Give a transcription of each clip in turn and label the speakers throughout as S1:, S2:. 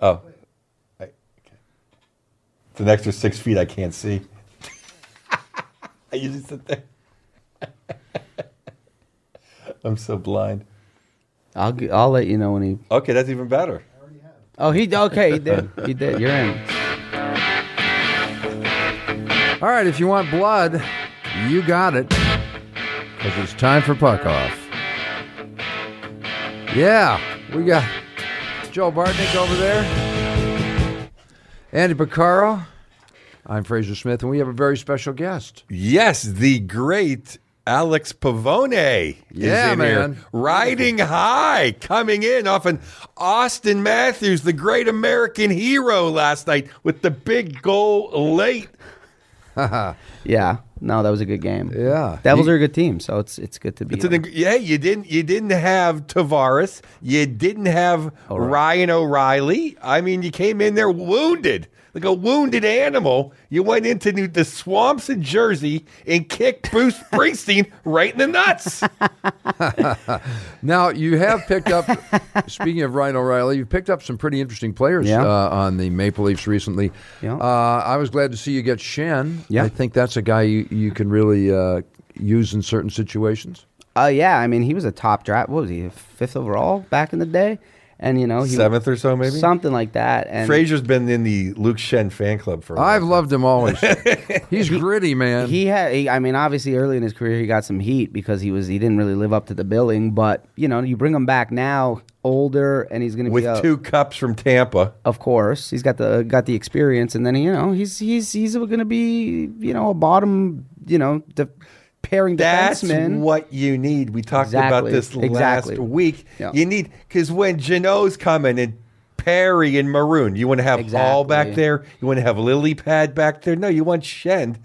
S1: Oh. I- okay. It's an extra six feet I can't see. I usually sit there. I'm so blind.
S2: I'll g- I'll let you know when he.
S1: Okay, that's even better.
S2: Oh, he okay. He did. He did. You're in.
S3: All right, if you want blood, you got it. Because it's time for puck off. Yeah, we got Joe Bartnick over there, Andy Picaro. I'm Fraser Smith, and we have a very special guest.
S1: Yes, the great Alex Pavone
S3: Yeah,
S1: is in
S3: man.
S1: here, riding high, coming in off an Austin Matthews, the great American hero last night with the big goal late.
S2: Yeah. No, that was a good game.
S3: Yeah.
S2: Devils are a good team, so it's it's good to be.
S1: It's an, ag- yeah, you didn't you didn't have Tavares, you didn't have Ryan O'Reilly. I mean, you came in there wounded, like a wounded animal. You went into the- the swamps in Jersey and kicked Bruce Springsteen right in the nuts.
S3: Now, you have picked up, speaking of Ryan O'Reilly, you've picked up some pretty interesting players
S2: Yeah.
S3: uh, on the Maple Leafs recently.
S2: Yeah.
S3: Uh, I was glad to see you get Shen.
S2: Yeah.
S3: I think that's a guy you, you can really uh, use in certain situations.
S2: Oh yeah. I mean, he was a top draft. What was he? Fifth overall back in the day, and you know he
S1: Seventh or so, maybe.
S2: something like that. And
S1: Frazier's been in the Luke Shen fan club for. a
S3: I've
S1: while.
S3: loved him always. He's gritty, man.
S2: He had, he, I mean, obviously early in his career he got some heat because he was he didn't really live up to the billing. But you know, you bring him back now, older, and he's going to be
S1: with
S2: a-
S1: two cups from Tampa.
S2: Of course, he's got the got the experience, and then you know he's he's he's going to be you know a bottom you know the pairing
S1: That's
S2: defenseman.
S1: what you need. We talked about
S2: Exactly.
S1: this
S2: Exactly.
S1: last week.
S2: Yeah.
S1: You need because when Janot's coming and Perry and Maroon, you want to have Hall back
S2: Exactly.
S1: there. You want to have Lily Pad back there. No, you want Shen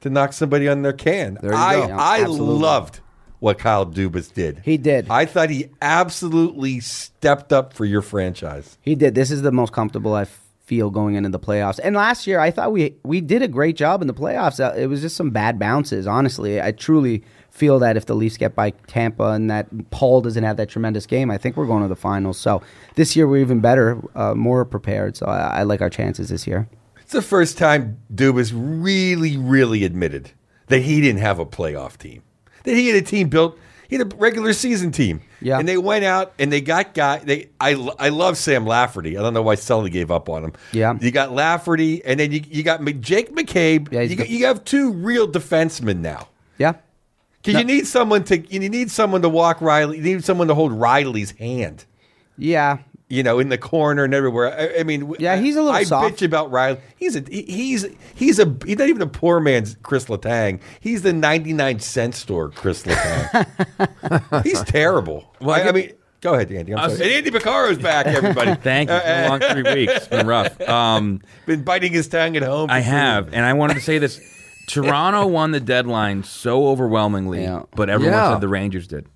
S1: to knock somebody on their can.
S3: you
S1: I
S3: go. Yeah,
S1: I
S2: absolutely.
S1: loved what Kyle Dubas did.
S2: He did.
S1: I thought he absolutely stepped up for your franchise.
S2: He did. This is the most comfortable I feel going into the playoffs. And last year, I thought we we did a great job in the playoffs. Uh, It was just some bad bounces. Honestly, I truly feel that if the Leafs get by Tampa and that Paul doesn't have that tremendous game, I think we're going to the finals. So this year we're even better, uh, more prepared. So I, I like our chances this year.
S1: It's the first time Dubas really, really admitted that he didn't have a playoff team. That he had a team built, he had a regular season team.
S2: Yeah.
S1: And they went out and they got guy. They I I love Sam Lafferty. I don't know why Sully gave up on him.
S2: Yeah.
S1: You got Lafferty, and then you, you got Mc- Jake McCabe.
S2: Yeah, he's
S1: you,
S2: the-
S1: got, you have two real defensemen now.
S2: Yeah.
S1: Because you need someone to you need someone to walk Riley. You need someone to hold Riley's hand
S2: Yeah.
S1: you know, in the corner and everywhere. I, I mean, w-
S2: Yeah, he's a little
S1: I
S2: soft.
S1: bitch about Riley. He's a he- he's he's a he's not even a poor man's Chris Letang. He's the ninety nine cent store Chris Letang. he's terrible. I, I mean, go ahead, Andy. I'm
S4: was-
S1: sorry. And Andy Picaro's back. Everybody,
S4: Thank you. It's been a long three weeks. It's been rough. Um,
S1: been biting his tongue at home. for
S4: I
S1: three
S4: have,
S1: weeks.
S4: and I wanted to say this: Toronto won the deadline so overwhelmingly,
S2: Yeah.
S4: but everyone
S3: Yeah.
S4: said the Rangers did.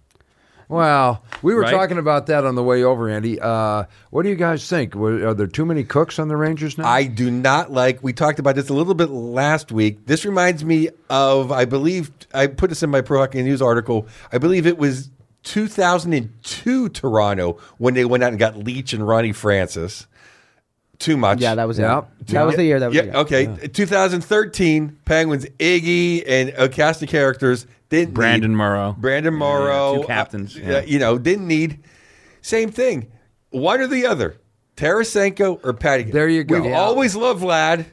S3: Wow. We were
S4: Right?
S3: talking about that on the way over, Andy. Uh, what do you guys think? Were, are there too many cooks on the Rangers now?
S1: I do not like. We talked about this a little bit last week. This reminds me of, I believe, I put this in my Pro Hockey News article. I believe it was 2002 Toronto when they went out and got Leach and Ronnie Francis. Too much.
S2: Yeah. That was
S3: Yeah.
S2: it. That was the year. That was
S1: yeah.
S2: the year.
S1: Okay. 2013 Penguins Iggy and Ocasta characters didn't
S4: Brandon
S1: need-
S4: Morrow.
S1: Brandon Morrow,
S4: two captains,
S1: uh,
S4: yeah.
S1: you know, didn't need. Same thing. One or the other, Tarasenko or Patty.
S3: There you go.
S1: We've
S3: Yeah.
S1: always loved Vlad.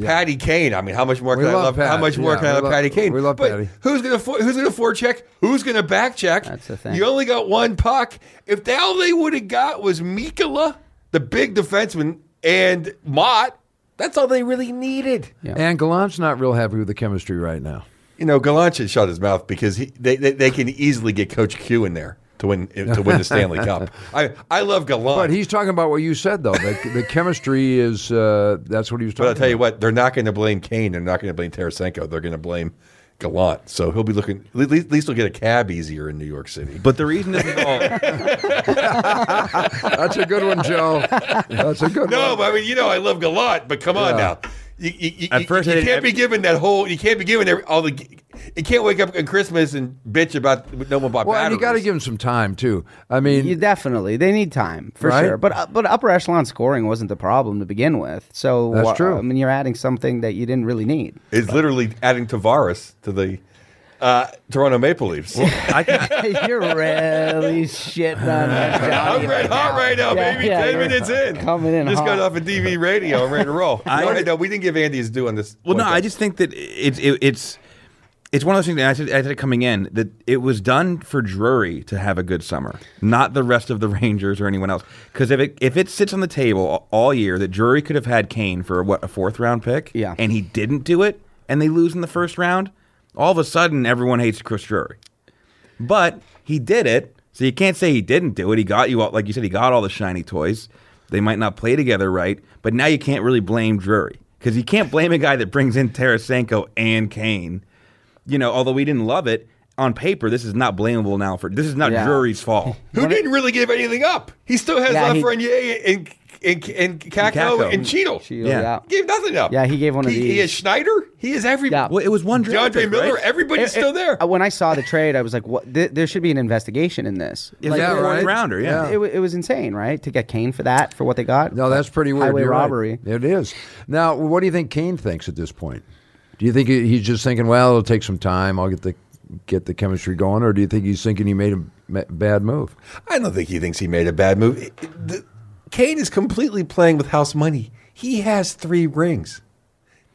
S1: Patty Kane. I mean, how much more
S3: We
S1: can I
S3: love
S1: love? How
S3: Pat.
S1: much more
S3: Yeah,
S1: can I
S3: we
S1: love
S3: love-
S1: Patty Kane?
S3: we love
S1: but
S3: Patty.
S1: Who's gonna for, who's gonna forecheck? Who's gonna backcheck?
S2: That's the thing.
S1: You only got one puck. If they, all they would have got was Mikala, the big defenseman, and Mott, that's all they really needed.
S3: and Gallant's not real happy with the chemistry right now.
S1: You know, Gallant should shut his mouth because he, they, they they can easily get Coach Q in there to win to win the Stanley Cup. I I love Gallant,
S3: But he's talking about what you said, though. The, the chemistry is, uh, that's what he was talking
S1: But I'll tell you
S3: about.
S1: what, they're not going to blame Kane. They're not going to blame Tarasenko. They're going to blame Gallant. So he'll be looking. At least, at least he'll get a cab easier in New York City.
S4: But the reason oh, isn't all.
S3: That's a good one, Joe. That's a good
S1: no,
S3: one.
S1: but I mean, you know, I love Gallant. But come on
S3: Yeah.
S1: now, You, you, you,
S4: At
S1: you-
S4: first I
S1: you
S4: didn't-
S1: can't be given that whole. You can't be given every, all the. You can't wake up on Christmas and bitch about no one bought
S3: Well, and
S1: batteries.
S3: you got to give them some time too. I mean,
S2: You definitely they need time for
S3: Right?
S2: sure. But uh, but upper echelon scoring wasn't the problem to begin with. So
S3: That's
S2: wha-
S3: true.
S2: I mean, you're adding something that you didn't really need.
S1: It's literally adding Tavares to the uh, Toronto Maple Leafs.
S4: I can,
S2: you're really shitting on that, Johnny.
S1: I'm red hot right now,
S2: Yeah,
S1: baby.
S2: yeah,
S1: Ten
S2: you're
S1: minutes in,
S2: coming in
S1: Just got
S2: hot.
S1: off of DV radio. I'm ready to roll.
S4: I-
S1: no, no, we didn't give Andy his due on this.
S4: Well, no,
S1: one
S4: I
S1: thing.
S4: just think that it's it, it's it's one of those things. That I said I said coming in that it was done for Drury to have a good summer, not the rest of the Rangers or anyone else. Because if it if it sits on the table all year, that Drury could have had Kane for what a fourth round pick,
S2: Yeah.
S4: and he didn't do it, and they lose in the first round. All of a sudden, everyone hates Chris Drury, but he did it. So you can't say he didn't do it. He got you all, like you said, he got all the shiny toys. They might not play together right, but now you can't really blame Drury because you can't blame a guy that brings in Tarasenko and Kane. You know, although we didn't love it on paper, this is not blamable now for this is not
S2: Yeah.
S4: Drury's fault.
S1: who didn't really give anything up. He still has
S2: Yeah, he-
S1: Lafreniere and and and Kako
S4: Kakko.
S1: and Cheadle.
S2: She-
S4: Yeah.
S2: yeah.
S1: Gave nothing up.
S2: Yeah, he gave one of
S1: he, He
S2: these.
S1: is Schneider. He is every.
S2: Yeah.
S4: well, it was one
S1: DeAndre
S4: draft pick,
S1: Miller.
S4: right?
S1: Everybody's
S2: It-
S1: still
S2: it-
S1: there.
S2: uh, When I saw the trade, I was like, "What? Th- there should be an investigation in this."
S4: It was
S2: Like,
S4: a
S3: Yeah,
S4: fourth
S3: right.
S4: rounder, yeah.
S3: Yeah.
S2: it, wa- it was insane, right? To get Kane for that for what they got.
S3: no, that's pretty weird.
S2: Highway
S3: You're right.
S2: robbery.
S3: It is. Now, what do you think Kane thinks at this point? Do you think he- he's just thinking, well, it'll take some time. I'll get the get the chemistry going, or do you think he's thinking he made a ma- bad move?
S1: I don't think he thinks he made a bad move. It- the- Kane is completely playing with house money. He has three rings.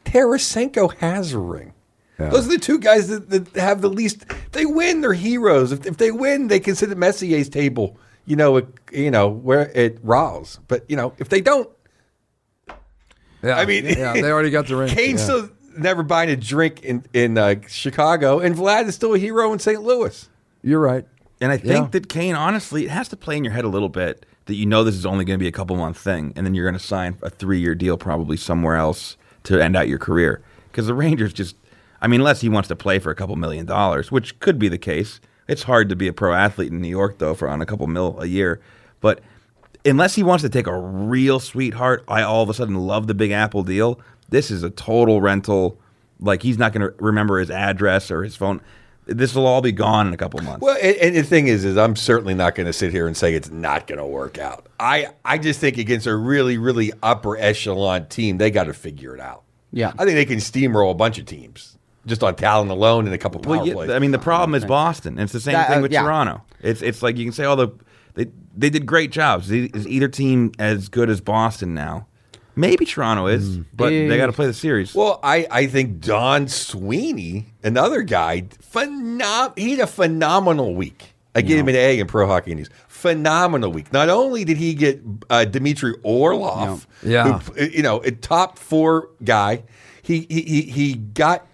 S1: Tarasenko has a ring.
S3: Yeah.
S1: Those are the two guys that, that have the least. They win. They're heroes. If, if they win, they can sit at Messier's table. You know, it, you know where it Rawls. But you know, if they don't,
S3: Yeah,
S1: I mean,
S3: yeah, they already got the ring.
S1: Kane's
S3: Yeah.
S1: still never buying a drink in in uh, Chicago, and Vlad is still a hero in St. Louis.
S3: You're right.
S4: And I think
S3: Yeah.
S4: that Kane, honestly, it has to play in your head a little bit that you know this is only going to be a couple month thing, and then you're going to sign a three year deal probably somewhere else to end out your career. Because the Rangers just, I mean, unless he wants to play for a couple million dollars, which could be the case. It's hard to be a pro athlete in New York though for on a couple mil a year, but unless he wants to take a real sweetheart, I all of a sudden love the Big Apple deal. This is a total rental. Like he's not going to remember his address or his phone. This will all be gone in a couple months.
S1: Well, and, and the thing is, is I'm certainly not going to sit here and say it's not going to work out. I, I just think against a really, really upper echelon team, they got to figure it out.
S2: Yeah.
S1: I think they can steamroll a bunch of teams just on talent alone and a couple power
S4: Well, yeah,
S1: plays.
S4: I mean, the problem is Boston. And it's the same
S2: That- uh,
S4: thing with
S2: yeah.
S4: Toronto. It's it's like you can say all the they they did great jobs. Is is either team as good as Boston now? Maybe Toronto is,
S2: Mm.
S4: but they got to play the series.
S1: well, I, I think Don Sweeney, another guy, phenom- he had a phenomenal week. I gave him an A in Pro Hockey News. Phenomenal week. Not only did he get uh, Dmitry Orlov,
S3: Yeah. Yeah.
S1: who uh, you know, a top four guy. He he he, he got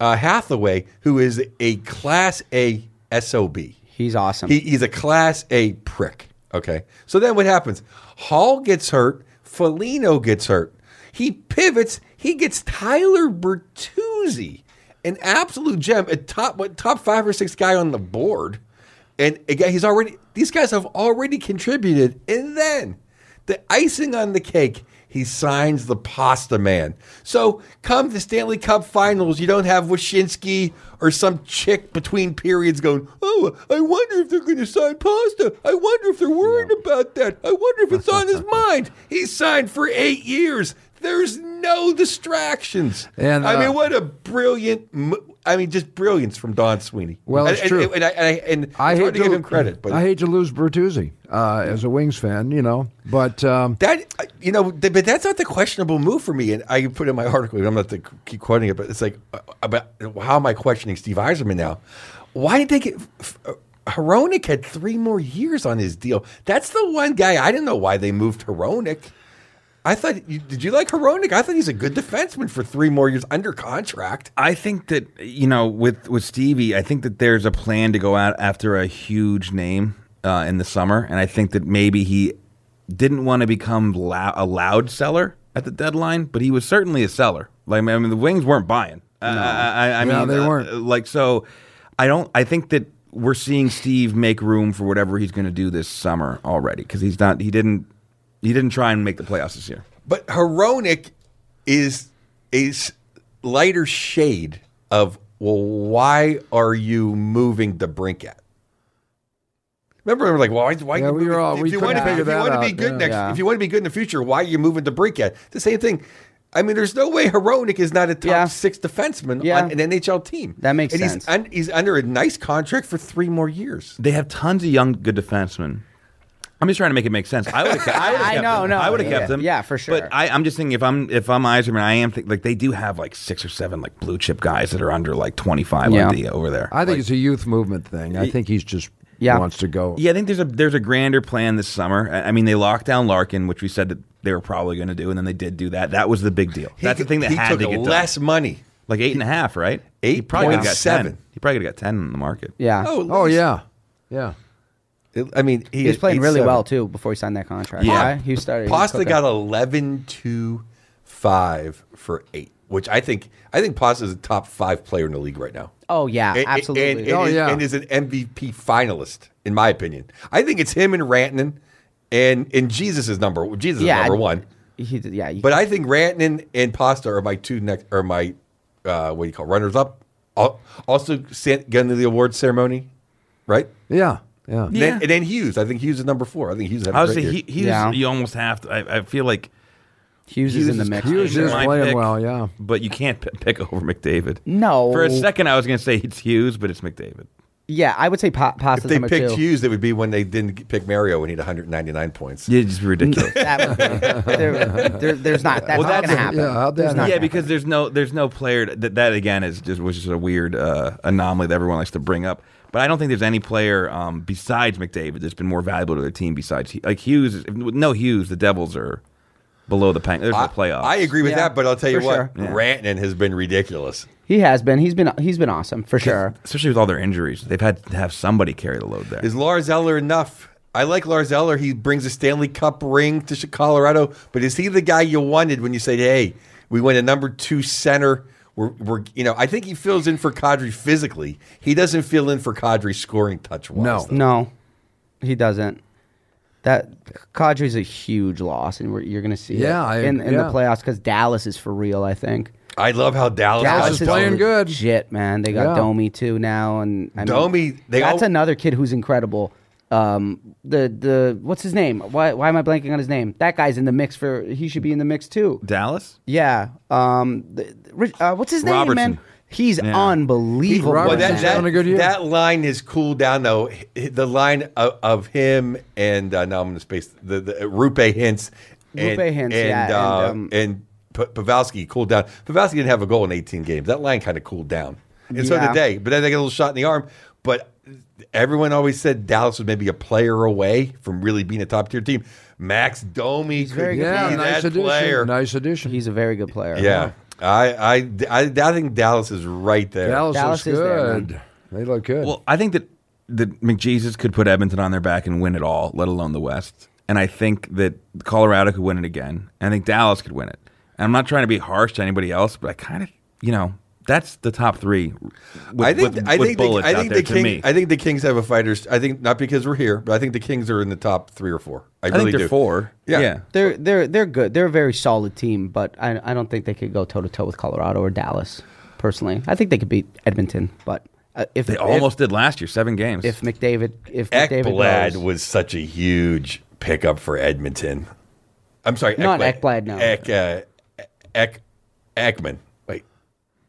S1: uh, Hathaway, who is a class A sob.
S2: He's awesome.
S1: He, he's a class A prick. Okay, so then what happens? Hall gets hurt. Felino gets hurt. He pivots. He gets Tyler Bertuzzi, an absolute gem, a top what, top five or six guy on the board, and again he's already. These guys have already contributed, and then the icing on the cake. He signs the pasta man. So come the Stanley Cup finals, you don't have Wyszynski or some chick between periods going, Oh, I wonder if they're going to sign pasta. I wonder if they're worried about that. I wonder if it's on his mind. He signed for eight years. There's no distractions.
S3: And,
S1: I
S3: uh,
S1: mean, what a brilliant, mo- I mean, just brilliance from Don Sweeney.
S3: Well,
S1: And-
S3: it's
S1: and,
S3: true.
S1: And, I, and, I, and
S3: I
S1: it's
S3: hate
S1: hard to give him credit, but
S3: I hate to lose Bertuzzi uh, as a Wings fan, you know. But um,
S1: That you know, th- but that's not the questionable move for me. And I put in my article. I'm not to keep quoting it, but it's like uh, about how am I questioning Steve Eiserman now? Why did they get? f- uh, Hironic had three more years on his deal. That's the one guy I didn't know why they moved Hironic. I thought, you- did you like Hironic? I thought he's a good defenseman for three more years under contract.
S4: I think that you know with with Stevie, I think that there's a plan to go out after a huge name uh, in the summer, and I think that maybe he didn't want to become lou- a loud seller at the deadline, but he was certainly a seller. Like I mean, the Wings weren't buying. Uh, I, I, I
S3: No,
S4: mean,
S3: they
S4: uh,
S3: weren't.
S4: like so i don't i think that we're seeing steve make room for whatever he's going to do this summer already because he's not he didn't he didn't try and make the playoffs this year
S1: But Hironic is a s- lighter shade of well, why are you moving the brink at? Remember, we were like, well, why? why
S3: Yeah,
S1: you
S3: we
S1: moving-
S3: were all-
S1: if
S3: we
S1: you want to
S3: couldn't
S1: be, if
S3: figure
S1: you
S3: that
S1: want to be
S3: out,
S1: good
S3: yeah.
S1: next,
S2: Yeah.
S1: if you want to be good in the future, why are you moving the brink at? It's the same thing. I mean, there's no way Hronik is not a top
S2: Yeah.
S1: six defenseman
S2: Yeah.
S1: on an NHL team.
S2: That makes
S1: and
S2: sense.
S1: He's, un, he's under a nice contract for three more years.
S4: They have tons of young good defensemen. I'm just trying to make it make sense. I would have kept,
S2: I know,
S4: them.
S2: no,
S4: I would have
S2: yeah.
S4: kept them.
S2: Yeah, for sure.
S4: But I, I'm just thinking if I'm if I'm Eiserman, I am think, like they do have like six or seven like blue chip guys that are under like 25
S2: Yeah.
S4: idea over there.
S3: I think it's a youth movement thing. I think he's just
S2: Yeah.
S3: wants to go.
S4: Yeah, I think there's a there's a grander plan this summer. I I mean, they locked down Larkin, which we said that they were probably going to do, and then they did do that. That was the big deal. That's
S1: He-
S4: the thing that
S1: he
S4: had
S1: took
S4: to get
S1: less
S4: done.
S1: money.
S4: Like eight and a half, right? He probably could've got
S1: 8.7.
S4: 10. He probably could have got ten in the market.
S2: Yeah.
S1: Oh, at
S3: Oh
S1: least-
S3: yeah, yeah.
S1: I mean, he
S2: He was
S1: had
S2: playing really
S1: 8.7.
S2: well too before he signed that contract.
S4: Yeah.
S2: right? he started. he was
S1: Pasta
S2: cooking.
S1: got 11 to 5 for 8, which I think I think Pasta is a top 5 player in the league right now.
S2: Oh yeah,
S1: And-
S2: absolutely.
S1: And, and,
S3: Oh,
S1: is,
S3: yeah.
S1: and is an MVP finalist in my opinion. I think it's him and Rantanen and and Jesus is number Jesus
S2: yeah,
S1: is number
S2: I-
S1: 1.
S2: He, did- yeah, you-
S1: But I think Rantanen and Pasta are my two next are my uh, what do you call it, runners up. Al- Also sent gun to the award ceremony, right?
S3: Yeah, yeah.
S1: And, then, and then Hughes. I think Hughes is number 4. I think Hughes is
S4: I
S2: Oh,
S1: having a
S4: was
S1: great
S4: saying
S1: year.
S4: he, he
S2: Yeah.
S4: was, you almost have to. I, I feel like
S2: Hughes, is in the mix.
S3: Hughes
S4: kinda
S3: is
S4: my
S3: playing
S4: pick,
S3: well, yeah.
S4: but you can't p- pick over McDavid.
S2: No.
S4: for a second I was going to say it's Hughes, but it's McDavid.
S2: Yeah, I would say pa-
S1: If
S2: Pasta's
S1: they
S2: number
S1: picked
S2: two.
S1: Hughes, it would be when they didn't pick Mario and he had 199 points.
S4: Yeah, just ridiculous.
S2: That would be, there, there, there's not. That's
S4: Well,
S2: not
S4: that's-
S2: going to happen.
S3: yeah, how'd that
S2: There's not
S4: yeah,
S2: gonna
S4: because there's no there's no player that that again is just was just a weird uh, anomaly that everyone likes to bring up. But I don't think there's any player um, besides McDavid that's been more valuable to their team besides like Hughes. is- With no Hughes, the Devils are below the paint. There's no
S1: I,
S4: playoffs.
S1: I agree with
S2: Yeah,
S1: that, but I'll tell you
S2: for
S1: what,
S2: sure.
S4: Yeah.
S1: Rantanen has been ridiculous.
S2: happen. he has been. He's been. He's been awesome for sure.
S4: especially with all their injuries. They've had to have somebody carry the load there.
S1: Is Lars Eller enough? I like Lars Eller. He brings a Stanley Cup ring to Chi- Colorado, but is he the guy you wanted when you said, "Hey, we went a number two center"? We're, we're, you know, I think he fills in for Kadri physically. He doesn't fill in for Kadri scoring touch wise.
S3: No.
S2: No, he doesn't. That Kadri's a huge loss, and we're, you're going to see
S3: Yeah, I-
S2: it in, in
S3: yeah.
S2: the playoffs because Dallas is for real. I think
S1: I love how Dallas,
S3: Dallas is playing good.
S2: Shit, man, they got
S3: Yeah.
S2: Domi too now, and I mean,
S1: Domi, they
S2: that's
S1: all-
S2: another kid who's incredible. Um, the the what's his name? Why why am I blanking on his name? That guy's in the mix for. He should be in the mix too.
S4: Dallas?
S2: Yeah. Um. The, the- Rich- uh, what's his name,
S4: Robertson.
S2: man? He's unbelievable.
S1: Well,
S3: Robertson's
S1: that, that,
S3: having a good year.
S1: that line has cooled down though. H- The line of, of him and uh, now I'm in space the, the uh, Rupe Hints, and,
S2: Rupe Hintz,
S1: and,
S2: yeah,
S1: uh,
S2: and, um,
S1: and P- Pavelski cooled down. Pavelski didn't have a goal in 18 games. That line kind of cooled down, and so
S2: Yeah.
S1: did they. But then they got a little shot in the arm. But everyone always said Dallas was maybe a player away from really being a top tier team. Max Domi could
S2: very
S1: be
S2: good.
S3: Yeah,
S1: that
S3: nice addition.
S1: player.
S3: Nice addition.
S2: He's a very good player.
S1: Yeah, I, I, I, I think Dallas is right there.
S3: Dallas,
S2: Dallas
S3: looks
S2: is there,
S3: good.
S2: man.
S3: they look good.
S4: Well, I think that that McJesus could put Edmonton on their back and win it all, let alone the West. And I think that Colorado could win it again. And I think Dallas could win it. And I'm not trying to be harsh to anybody else, but I kind of, you know, that's the top three. With,
S1: I think
S4: with-
S1: I
S4: with
S1: think the,
S4: bullets
S1: I
S4: out
S1: think
S4: there
S1: the
S4: to
S1: King,
S4: me.
S1: I think the Kings have a fighters. I think not because we're here, but I think the Kings are in the top three or four. I,
S4: I
S1: really
S4: think they're
S1: do.
S4: four.
S1: Yeah.
S2: They're they're they're good. They're a very solid team, but I I don't think they could go toe to toe with Colorado or Dallas. Personally, I think they could beat Edmonton, but uh, if
S4: They
S2: if,
S4: almost did last year, seven games.
S2: if McDavid if McDavid
S1: Ekblad
S2: goes,
S1: was such a huge pickup for Edmonton. I'm sorry,
S2: Not Ekblad, no.
S1: Ek, uh, Ek, Ekman. Wait,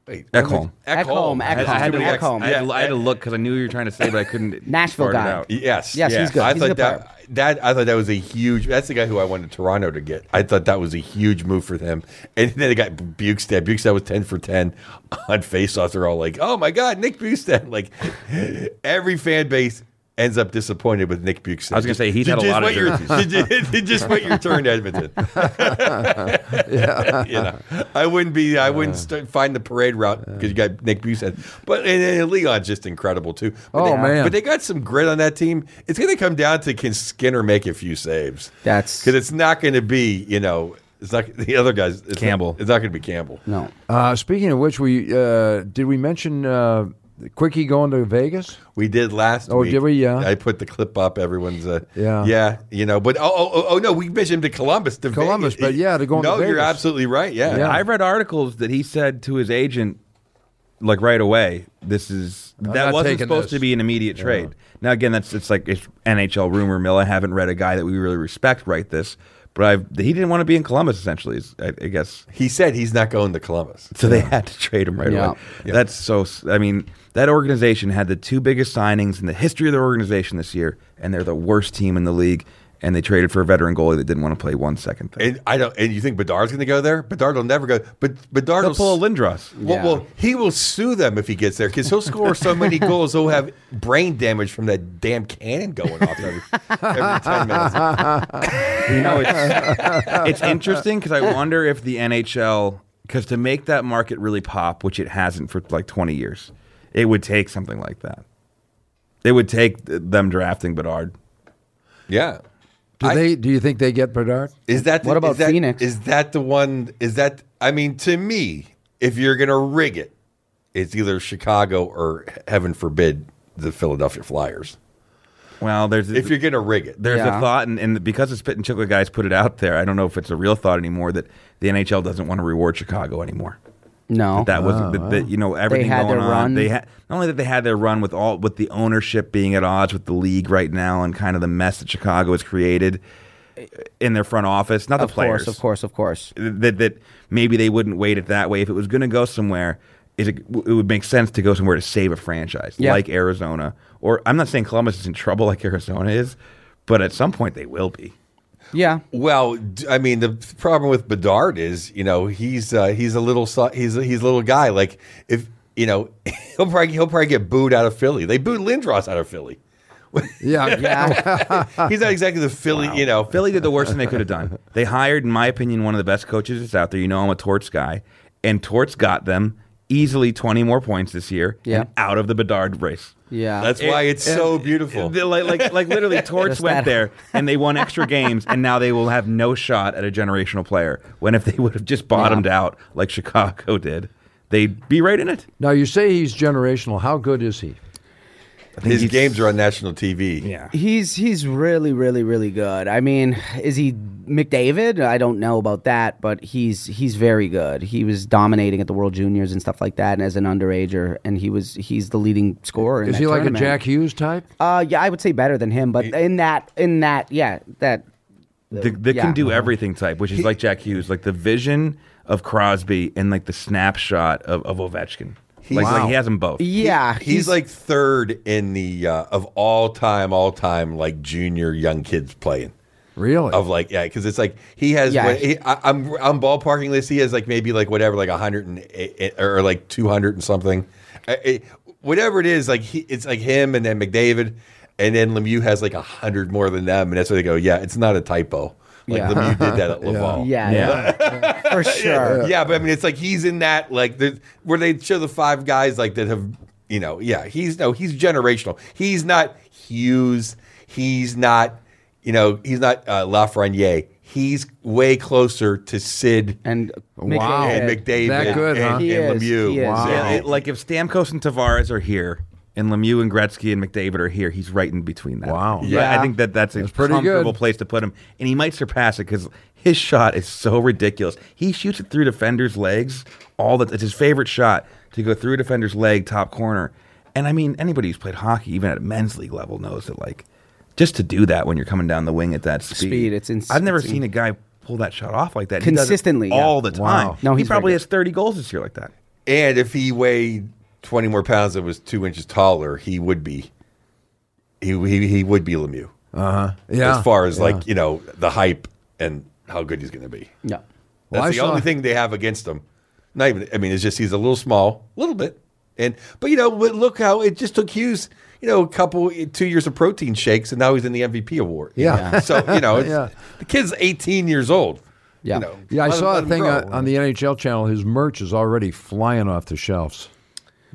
S1: wait,
S4: Ekholm.
S2: Ekholm,
S1: I had-
S4: I had to
S1: too many
S4: look-
S1: Eks.
S2: Ekholm.
S4: I had to- I had to look because I knew what you were trying to say, but I couldn't.
S2: Nashville
S4: sort it
S2: guy.
S4: out.
S1: Yes.
S2: Yes, he's good.
S1: I
S2: He's a
S1: thought
S2: good
S1: that that I thought that was a huge. That's the guy who I wanted Toronto to get. I thought that was a huge move for them. And then they got Bukestad. Bukestad was ten for ten on faceoffs. They're all like, "Oh my God, Nick Bukestad!" Like every fan base ends up disappointed with Nick Bukestad.
S4: I was gonna say, he's had a
S1: Just
S4: lot of
S1: what your-
S4: jerseys.
S1: just- just what your turn, Edmonton. you know, I wouldn't be. I wouldn't st- find the parade route because you got Nick Bukestad. But and, and Leon's just incredible too. But
S3: Oh,
S1: they,
S3: man.
S1: But they got some grit on that team. It's going to come down to can Skinner make a few saves?
S2: That's-
S1: because it's not going to be you know it's not the other guys it's
S4: Campbell.
S1: Not, it's not going to be Campbell.
S2: no.
S3: Uh, speaking of which, we uh, did we mention uh, Quickie going to Vegas?
S1: We did last
S3: Oh,
S1: week.
S3: did we? Yeah.
S1: I put the clip up. Everyone's, uh,
S3: Yeah.
S1: yeah, you know. But oh, oh, oh, oh no, we mentioned him to Columbus, to
S3: Columbus,
S1: Vegas.
S3: but yeah, to go into
S1: No, you're
S3: Vegas.
S1: absolutely right. Yeah,
S3: Yeah.
S4: I read articles that he said to his agent, like right away, this is that
S3: not
S4: wasn't
S3: taking
S4: supposed
S3: this.
S4: to be an immediate trade. Now again, that's it's like it's NHL rumor mill. I haven't read a guy that we really respect write this, but I've he didn't want to be in Columbus essentially. Is, I, I guess
S1: He said he's not going to Columbus.
S4: so they had to trade him right
S2: Yeah.
S4: away. That's so. s- I mean, that organization had the two biggest signings in the history of their organization this year, and they're the worst team in the league. And they traded for a veteran goalie that didn't want to play one second thing.
S1: And I don't. And you think Bedard's going to go there? Bedard will never go. But Bedard
S4: They'll
S1: will
S4: pull a
S1: s-
S4: Lindros.
S1: Well,
S2: Yeah.
S1: well, he will sue them if he gets there because he'll score so many goals. He'll have brain damage from that damn cannon going off every, every ten minutes.
S4: You know, it's, it's interesting because I wonder if the NHL, because to make that market really pop, which it hasn't for like 20 years, it would take something like that. It would take th- them drafting Bedard.
S1: Yeah.
S3: Do
S1: I-
S3: they? Do you think they get Bedard?
S1: Is that the,
S2: What about
S1: is that-
S2: Phoenix?
S1: Is that the one? Is that I mean, to me, if you're gonna rig it, it's either Chicago or heaven forbid the Philadelphia Flyers.
S4: Well, there's
S1: If you're gonna rig it,
S4: there's
S2: Yeah.
S4: a thought, and, and because the Spit and Chickley guys put it out there, I don't know if it's a real thought anymore that the NHL doesn't want to reward Chicago anymore.
S2: No.
S4: That was that, that, you know everything
S2: had
S4: going
S2: their
S4: on.
S2: run.
S4: They had not only that they had their run with all with the ownership being at odds with the league right now and kind of the mess that Chicago has created uh, in their front office, not
S2: of
S4: the players.
S2: course, of course, of course.
S4: That that maybe they wouldn't wait it that way if it was going to go somewhere. It, it would make sense to go somewhere to save a franchise
S2: Yeah.
S4: like Arizona, or I'm not saying Columbus is in trouble like Arizona is, but at some point they will be.
S2: Yeah.
S1: well, d- I mean, the problem with Bedard is, you know, he's uh, he's a little so- he's a, he's a little guy. Like if you know, he'll probably he'll probably get booed out of Philly. They booed Lindros out of Philly.
S3: Yeah,
S2: Yeah.
S1: he's not exactly the Philly, you know.
S4: Philly did the worst thing they could have done. They hired, in my opinion, one of the best coaches that's out there. You know, I'm a Torts guy, and Torts got them easily 20 more points this year
S2: Yeah.
S4: and out of the Bedard race.
S2: yeah.
S1: That's why it's so beautiful.
S4: They- Like, like, like literally, Torts
S2: Just
S4: went
S2: that.
S4: there and they won extra games, and now they will have no shot at a generational player. When if they would have just bottomed out like Chicago did, they'd be right in it.
S3: Now you say he's generational. How good is he?
S1: His
S4: he's-
S1: games are on national TV.
S2: He's he's really really really good. I mean, is he McDavid? I don't know about that, but he's he's very good. He was dominating at the World Juniors and stuff like that, and as an underager, and he was he's the leading scorer. In
S3: Is
S2: that
S3: he like
S2: tournament.
S3: a Jack Hughes type?
S2: Uh, yeah, I would say better than him, but in that in that yeah that
S4: the, the
S2: yeah.
S4: can do everything type, which is like Jack Hughes, like the vision of Crosby and like the snapshot of, of Ovechkin. Like,
S1: Wow.
S4: like he has them both.
S2: yeah
S1: he's, like third in the uh, of all time, all time like junior young kids playing.
S3: Really?
S1: Of like yeah, because it's like he has.
S2: Yeah.
S1: what- he, I, I'm I'm ballparking this. He has like maybe like whatever like a hundred and eight- or like two hundred and something, Uh, it- whatever it is. Like he, it's like him and then McDavid, and then Lemieux has like a hundred more than them, and that's where they go. Yeah, it's not a typo. Like
S2: Yeah.
S1: Lemieux did that at Laval.
S2: yeah,
S4: Yeah.
S2: yeah. for sure.
S1: Yeah, but I mean, it's like he's in that like the, where they show the five guys like that have you know. Yeah, he's no, he's generational. He's not Hughes. He's not you know. He's not uh, Lafreniere. He's way closer to Sid
S2: And
S3: Wow.
S1: and
S2: McDavid.
S1: McDavid
S3: That good,
S1: and,
S3: huh?
S2: He
S1: and
S2: is,
S1: Lemieux.
S2: he is.
S3: Wow.
S4: Yeah, it- like if Stamkos and Tavares are here, and Lemieux and Gretzky and McDavid are here, he's right in between that.
S3: Wow.
S4: Yeah,
S2: Yeah.
S4: I think that that's a
S3: pretty
S4: comfortable
S3: good.
S4: place to put him, and he might surpass it because his shot is so ridiculous. He shoots it through defenders' legs. All that it's his favorite shot to go through a defender's leg, top corner. And I mean, anybody who's played hockey, even at a men's league level, knows that like just to do that when you're coming down the wing at that speed,
S2: Speed, it's ins-
S4: I've never
S2: it's in-
S4: seen a guy pull that shot off like that He does it
S2: Consistently, yeah.
S4: all the time.
S3: Wow.
S2: No,
S4: he
S2: he's very
S4: probably
S2: good.
S4: has 30 goals this year like that.
S1: And if he weighed twenty more pounds and was two inches taller, he would be. He he, he would be Lemieux
S3: Uh-huh. Yeah.
S1: as far as like you know the hype and how good he's going to be.
S2: Yeah.
S1: That's
S3: Well, I
S1: the
S3: saw-
S1: only thing they have against him. Not even. I mean, it's just he's a little small, a little bit, and but you know, but look how it just took Hughes, you know, a couple two years of protein shakes, and now he's in the MVP award. you
S3: Yeah.
S1: know? So you know, it's,
S3: Yeah.
S1: the kid's 18 years old.
S2: Yeah.
S1: You know,
S3: Yeah, I
S1: let him-
S3: saw
S1: let
S3: a
S1: him
S3: thing
S1: grow.
S3: on, on the NHL channel. His merch is already flying off the shelves.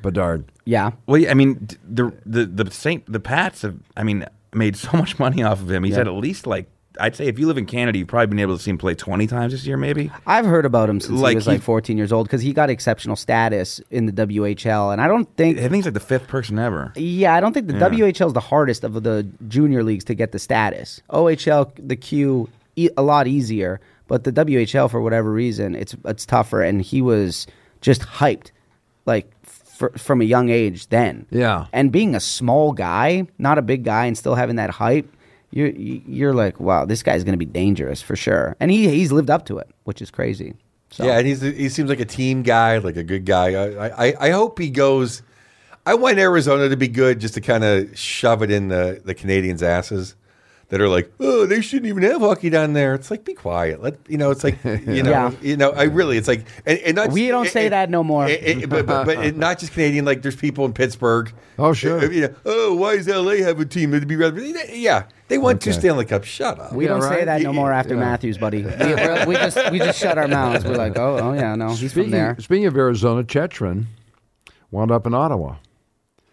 S3: Bedard.
S2: Yeah.
S4: Well, yeah, I mean, d- the the the Saint the Pats have, I mean, made so much money off of him. He's had at least like I'd say if you live in Canada, you've probably been able to see him play 20 times this year, maybe.
S2: I've heard about him since
S4: Like
S2: he was
S4: he-
S2: like 14 years old because he got exceptional status in the WHL, and I don't think.
S4: I think he's like the fifth person ever.
S2: Yeah, I don't think the WHL is the hardest of the junior leagues to get the status. OHL, the Q, e- a lot easier, but the WHL for whatever reason, it's it's tougher. And he was just hyped, like f- from a young age. Then,
S3: Yeah.
S2: and being a small guy, not a big guy, and still having that hype, you're you're like, wow, this guy's gonna be dangerous for sure. And he he's lived up to it, which is crazy. So.
S1: Yeah, and he's he seems like a team guy, like a good guy. I I, I hope he goes. I want Arizona to be good just to kind of shove it in the the Canadians' asses that are like, oh, they shouldn't even have hockey down there. It's like, be quiet. Let you know. It's like you know,
S2: Yeah.
S1: you know. I really, it's like, and, and not,
S2: We don't
S1: and-
S2: say
S1: and-
S2: that no more.
S1: and- and- but but, but it, not just Canadian. Like, there's people in Pittsburgh.
S3: Oh, sure.
S1: Uh, You know, oh, why does LA have a team? It'd be rather. Yeah, they won two Stanley Cups. Shut up.
S2: We
S3: Yeah,
S2: don't say
S3: right?
S2: that no
S1: Y-
S2: more after
S3: yeah.
S2: Matthews, buddy. We, we're- we just we just shut our mouths. We're like, oh, oh yeah, no, he's
S3: speaking,
S2: from there.
S3: speaking of Arizona, Chetron wound up in Ottawa.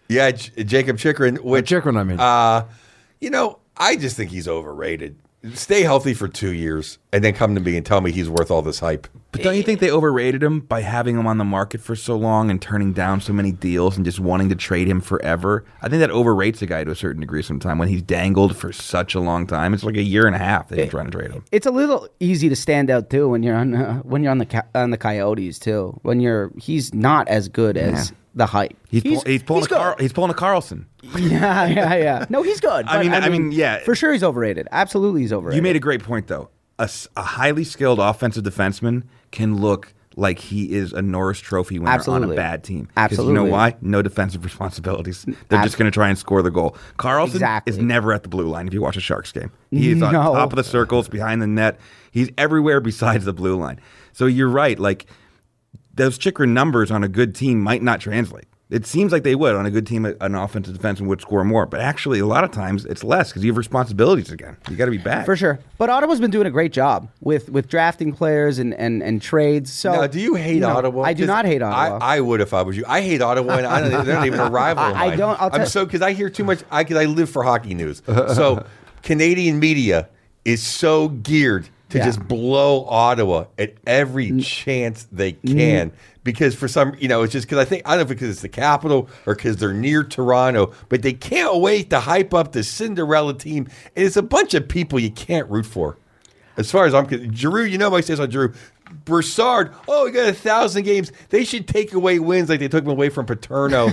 S1: Yeah, J- Jacob Chikrin. Which
S3: Chikrin, I mean.
S1: uh, you know, I just think he's overrated. Stay healthy for two years, and then come to me and tell me he's worth all this hype.
S4: But don't you think they overrated him by having him on the market for so long and turning down so many deals and just wanting to trade him forever? I think that overrates a guy to a certain degree sometimes when he's dangled for such a long time. It's like a year and a half they've been trying to trade him.
S2: It's a little easy to stand out too when you're on uh, when you're on the co- on the Coyotes too. When you're he's not as good as the hype.
S4: He's, pull- he's pulling a
S2: good.
S4: Carl, he's pulling a Carlson.
S2: yeah, yeah, yeah. No, he's good.
S4: I
S2: but
S4: mean- I mean, yeah.
S2: for sure he's overrated. Absolutely, he's overrated.
S4: You made a great point, though. A, s- a highly skilled offensive defenseman can look like he is a Norris Trophy winner on
S2: Absolutely.
S4: a bad team. 'Cause You
S2: Absolutely.
S4: know why? No defensive responsibilities. They're just
S2: Abs-
S4: going to try and score the goal. Carlson
S2: Exactly.
S4: is never at the blue line if you watch a Sharks game. He is on
S2: No.
S4: top of the circles, behind the net. He's everywhere besides the blue line. So you're right. Like, those Chikrin numbers on a good team might not translate. It seems like they would on a good team. a- An offensive defenseman would score more, but actually, a lot of times it's less because you have responsibilities again. You got to be back
S2: for sure. But Ottawa's been doing a great job with with drafting players and and, and trades. So
S1: now, do you hate
S2: No,
S1: Ottawa?
S2: I do
S1: 'Cause
S2: not hate Ottawa.
S1: I, I would if I was you. I hate Ottawa, and I don't, they're not even a rival. of
S2: I- I
S1: mine.
S2: don't- I'll
S1: I'm
S2: tell-
S1: so because I hear too much. I because I live for hockey news. So Canadian media is so geared to
S2: Yeah.
S1: just blow Ottawa at every chance they can. Because for some, you know, it's just because I think I don't know if because it's the capital or because they're near Toronto, but they can't wait to hype up the Cinderella team. And it's a bunch of people you can't root for. As far as I'm concerned, Giroux, you know my stance on Giroux. Broussard, oh, he got a thousand games. They should take away wins like they took him away from Paterno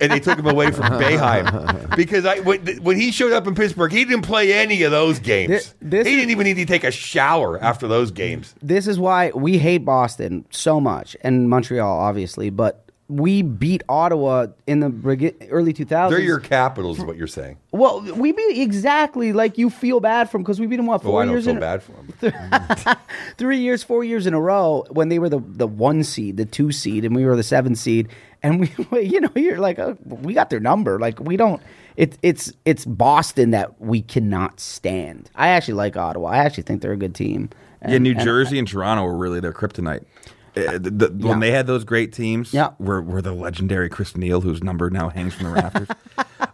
S1: and they took him away from Bayheim because I when, when he showed up in Pittsburgh, he didn't play any of those games.
S2: Thi- this
S1: he
S2: is-
S1: didn't even need to take a shower after those games.
S2: this is why we hate Boston so much and Montreal, obviously, but we beat Ottawa in the brigi- early 2000s.
S1: They're your capitals, is what you're saying.
S2: well, we beat exactly like you feel bad from because we beat them what
S1: Oh,
S2: four
S1: I don't
S2: years
S1: feel
S2: in
S1: bad for them.
S2: three years, four years in a row when they were the the one seed, the two seed, and we were the seven seed, and we, we- you know, you're like, oh, we got their number. Like we don't. It, it's it's Boston that we cannot stand. I actually like Ottawa. I actually think they're a good team.
S4: Yeah, New
S2: and-
S4: Jersey and Toronto were really their kryptonite. Uh, the- the- When they had those great teams,
S2: Yeah.
S4: were, were the legendary Chris Neal, whose number now hangs from the rafters.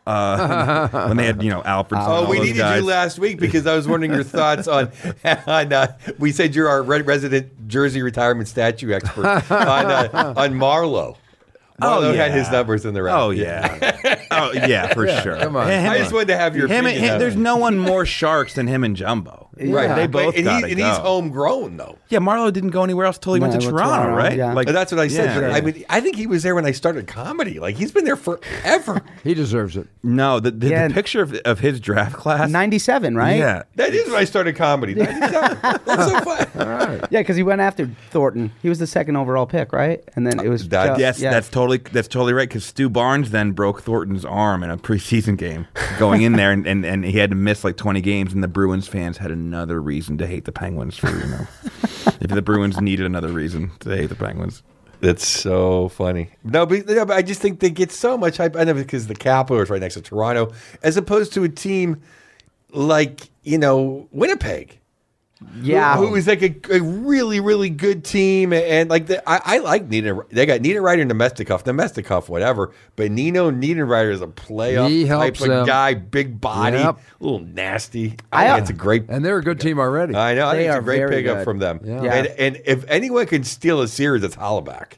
S4: uh, when they had, you know, Alfred.
S1: Oh, we needed you last week because I was wondering your thoughts on. on uh, we said you're our re- resident Jersey retirement statue expert on uh, on Marlowe. Marlowe had his numbers in the round.
S4: Oh yeah, oh yeah, for sure.
S3: come on.
S1: I just wanted to have your
S4: him, and-
S1: opinion
S4: him-
S1: on
S4: there's
S1: it.
S4: no one more sharks than him and Jumbo.
S1: Right,
S4: they
S1: but-
S4: both
S1: and,
S4: gotta
S1: and he's
S4: go.
S1: homegrown though.
S4: Yeah, Marlowe didn't go anywhere else till he
S2: No,
S4: went to
S2: he went to
S4: Toronto,
S2: Toronto,
S4: right?
S2: yeah.
S4: Like
S1: That's what I said.
S4: Yeah.
S1: but I mean, I think he was there when I started comedy. Like he's been there forever.
S3: He deserves it.
S4: no, the, the,
S2: Yeah.
S4: the picture of, of his draft class.
S2: Ninety-seven, right?
S4: Yeah,
S1: That is when I started comedy. 97. That's so fun.
S2: Yeah, because he went after Thornton. He was the second overall pick, right? And then it was
S1: That-
S2: Chubb.
S4: Yes,
S2: Yeah.
S4: that's totally that's totally right. Because Stu Barnes then broke Thornton's arm in a preseason game, going in there, and, and, and he had to miss like twenty games. And the Bruins fans had another reason to hate the Penguins for you know, if the Bruins needed another reason to hate the Penguins.
S1: That's so funny. No, but, no, but I just think they get so much hype. I know because the capital is right next to Toronto, as opposed to a team like you know Winnipeg.
S2: Yeah.
S1: who, who is like a, a really really good team, and like the, I, I like Nina. They got Nina Ryder and Domestikov, Domestikov, whatever. But Nino Niederreiter is a playoff
S3: He
S1: type
S3: helps them.
S1: of guy, big body,
S3: Yep.
S1: a little nasty.
S2: I-
S1: I, think it's a great.
S3: And they're a good team already.
S1: I know. I
S2: They
S1: think it's
S2: are
S1: a great
S2: very
S1: pickup
S2: good.
S1: from them.
S3: Yeah.
S2: Yeah.
S1: And, and if anyone can steal a series, it's Hollaback.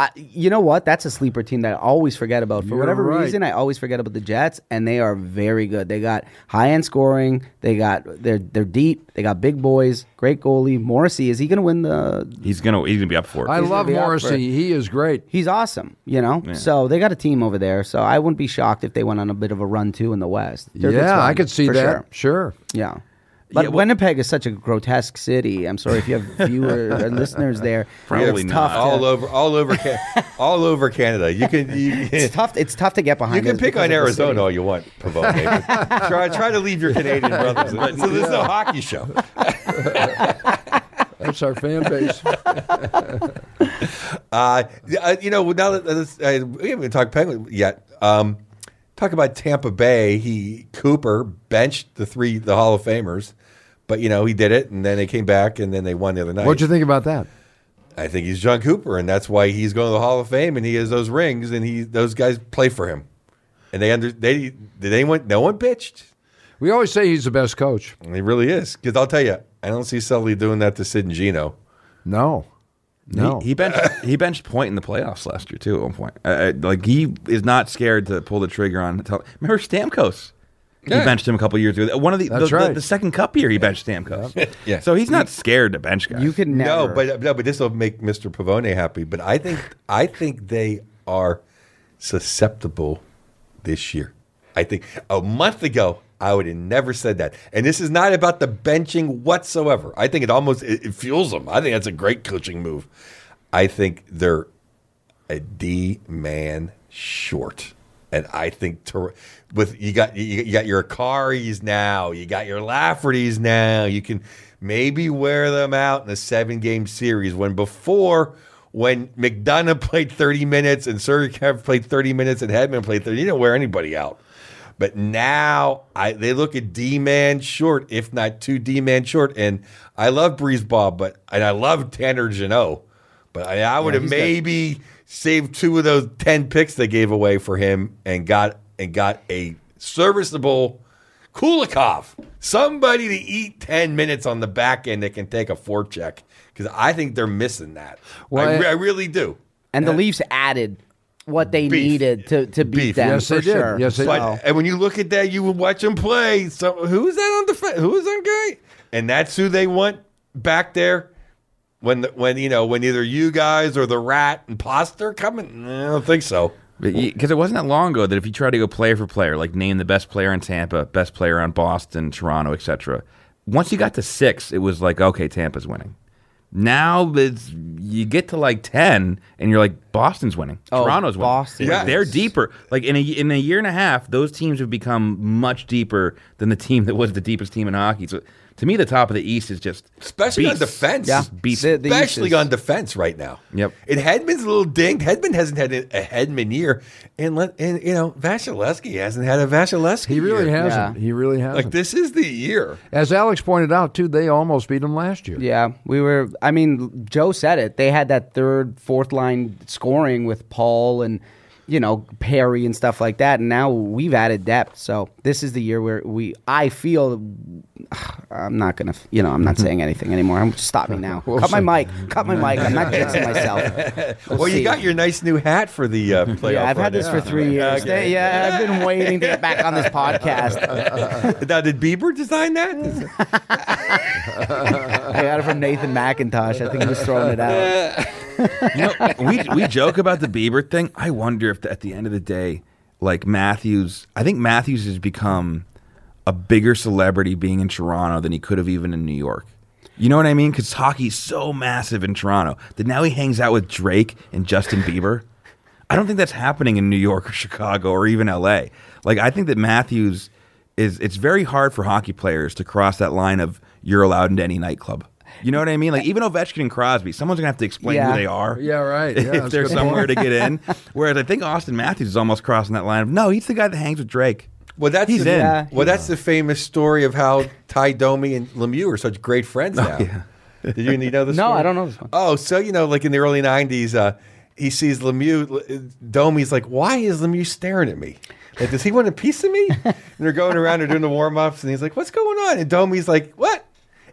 S2: I, you know what? That's a sleeper team that I always forget about. For
S3: You're
S2: whatever
S3: right.
S2: reason, I always forget about the Jets, and they are very good. They got high end scoring. They got they're they're deep. They got big boys. Great goalie. Morrissey is he going to win the?
S4: He's gonna he's gonna be up for it.
S3: I
S2: He's
S3: love
S2: gonna be out for it.
S3: Morrissey. He is great.
S2: He's awesome. You know. So they got a team over there. So I wouldn't be shocked if they went on a bit of a run too in the West. They're a good
S3: yeah,
S2: squad,
S3: I could see
S2: for
S3: that.
S2: sure.
S3: Sure.
S2: Yeah. But Winnipeg is such a grotesque city. I'm sorry if you have viewers or listeners there.
S4: Probably
S2: it's tough
S4: not.
S2: to-
S1: all over all over Ca- all over Canada. You can you,
S2: it's tough. It's tough to get behind.
S1: you can
S2: us
S1: pick
S2: because
S1: on
S2: of the city.
S1: Arizona all you want, Pavone. but try try to leave your Canadian brothers. So this is a hockey show.
S3: That's our fan base.
S1: Uh, uh, you know, now that this, uh, we haven't even talked Penguin yet. Um, talk about Tampa Bay. He Cooper benched the three the Hall of Famers, but you know he did it, and then they came back, and then they won the other night.
S3: What'd you think about that?
S1: I think he's John Cooper, and that's why he's going to the Hall of Fame, and he has those rings, and he those guys play for him, and they under they did anyone no one pitched,
S3: We always say he's the best coach.
S1: and he really is because I'll tell you, I don't see Sully doing that to Sid and Gino.
S3: No. No.
S4: He, he benched he benched point in the playoffs last year too. At one point, uh, uh, like he is not scared to pull the trigger on. Tell, remember Stamkos?
S1: Yeah.
S4: He benched him a couple years ago. One of the the,
S3: That's
S4: the-
S3: right.
S4: the second cup year he benched Stamkos.
S1: Yeah.
S4: So he's not scared to bench guys.
S2: You could never.
S1: No, but no, but this will make Mr. Pavone happy. But I think I think they are susceptible this year. I think a month ago I would have never said that, and this is not about the benching whatsoever. I think it almost it, it fuels them. I think that's a great coaching move. I think they're a D man short. And I think Tor- with you got you, you got your Akaris now, you got your Lafferty's now. You can maybe wear them out in a seven game series. When before, when McDonough played thirty minutes and Sergeyev played thirty minutes and Hedman played thirty, you didn't wear anybody out. But now I they look at D man short, if not two D man short. And I love Breeze Bob, but and I love Tanner Janot. But I, I would have
S2: he's got-
S1: maybe saved two of those ten picks they gave away for him and got and got a serviceable Kulikov, somebody to eat ten minutes on the back end that can take a four check. Because I think they're missing that.
S3: Well,
S1: I,
S3: I-
S1: re- I really do.
S2: and the Leafs added what they
S1: Beef.
S2: needed to, to beat
S1: Beef.
S2: them
S3: Yes,
S2: for
S3: they did.
S2: sure.
S3: Yes, they
S2: So-
S1: But
S3: Wow.
S1: and when you look at that, you would watch him play. So who's that on defense? Who's that guy? And that's who they want back there. When the, when you know when either you guys or the rat and pasta are coming, I don't think so.
S4: Because it wasn't that long ago that if you try to go player for player, like name the best player in Tampa, best player on Boston, Toronto, etc. Once you got to six, it was like okay, Tampa's winning. Now it's you get to like ten, and you're like Boston's winning,
S2: Oh,
S4: Toronto's winning.
S2: Boston
S4: Like,
S1: is-
S4: they're deeper. Like in a in a year and a half, those teams have become much deeper than the team that was the deepest team in hockey. So to me, the top of the East is just
S1: Especially on
S4: beasts.
S1: defense.
S2: Yeah.
S4: beast.
S2: The- the East
S1: especially
S2: is-
S1: on defense right now.
S4: Yep.
S1: And Hedman's a little dinged. Hedman hasn't had a a Hedman year, and let and you know Vasilevsky hasn't had a Vasilevsky.
S3: He really
S1: year.
S3: hasn't.
S2: Yeah.
S3: He really hasn't.
S1: Like this is the year.
S3: As Alex pointed out, too, they almost beat him last year.
S2: Yeah, we were. I mean, Joe said it. They had that third, fourth line scoring with Paul and you know Perry and stuff like that. And now we've added depth. So this is the year where we. I feel. I'm not gonna. You know, I'm not saying anything anymore. I'm stop me now. Cut my mic. Cut my mic. I'm not jinxing myself. Let's
S1: well, you
S2: see.
S1: got your nice new hat for the uh, playoff.
S2: Yeah, I've
S1: run.
S2: had this for three years.
S1: Okay.
S2: Yeah, I've been waiting to get back on this podcast.
S1: now, did Bieber design that?
S2: I got it from Nathan McIntosh. I think he was throwing it out.
S4: You know, we we joke about the Bieber thing. I wonder if at the end of the day, like Matthews, I think Matthews has become a bigger celebrity being in Toronto than he could have even in New York. You know what I mean? Because hockey's so massive in Toronto that now he hangs out with Drake and Justin Bieber. I don't think that's happening in New York or Chicago or even LA. Like I think that Matthews is it's very hard for hockey players to cross that line of you're allowed into any nightclub. You know what I mean? Like even Ovechkin and Crosby, someone's gonna have to explain
S2: Yeah.
S4: who they are.
S3: Yeah, right. Yeah, that's
S4: if they're
S3: a good point.
S4: somewhere to get in. Whereas I think Austin Matthews is almost crossing that line of no, he's the guy that hangs with Drake.
S1: Well, that's
S4: He's
S1: the,
S4: in.
S2: Yeah.
S1: Well, that's the famous story of how Ty Domi and Lemieux are such great friends
S4: Oh,
S1: now. Did you, you know this?
S2: No,
S1: story?
S2: I don't know this one.
S1: Oh, so you know, like in the early '90s, uh, he sees Lemieux. Domi's like, "Why is Lemieux staring at me? Like, does he want a piece of me?" And they're going around, they're doing the warm ups, and he's like, "What's going on?" And Domi's like, "What?"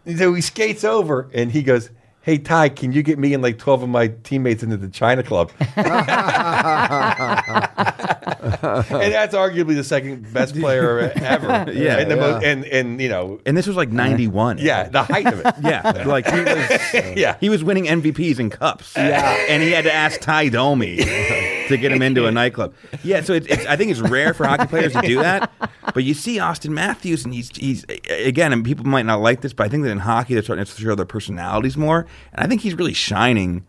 S1: And so he skates over, and he goes. Hey Ty, can you get me and like twelve of my teammates into the China Club? and that's arguably the second best player ever.
S4: Yeah,
S1: and, the mo-
S3: yeah.
S1: and and you know,
S4: And this was like '91.
S1: yeah, the height of it.
S4: Yeah, like he was,
S1: Yeah.
S4: he was winning MVPs and cups. Yeah, and he had to ask Ty Domi to get him into a nightclub. Yeah, so it's, it's, I think it's rare for hockey players to do that. But you see Austin Matthews, and he's he's again, and people might not like this, but I think that in hockey they're starting to show their personalities more, and I think he's really shining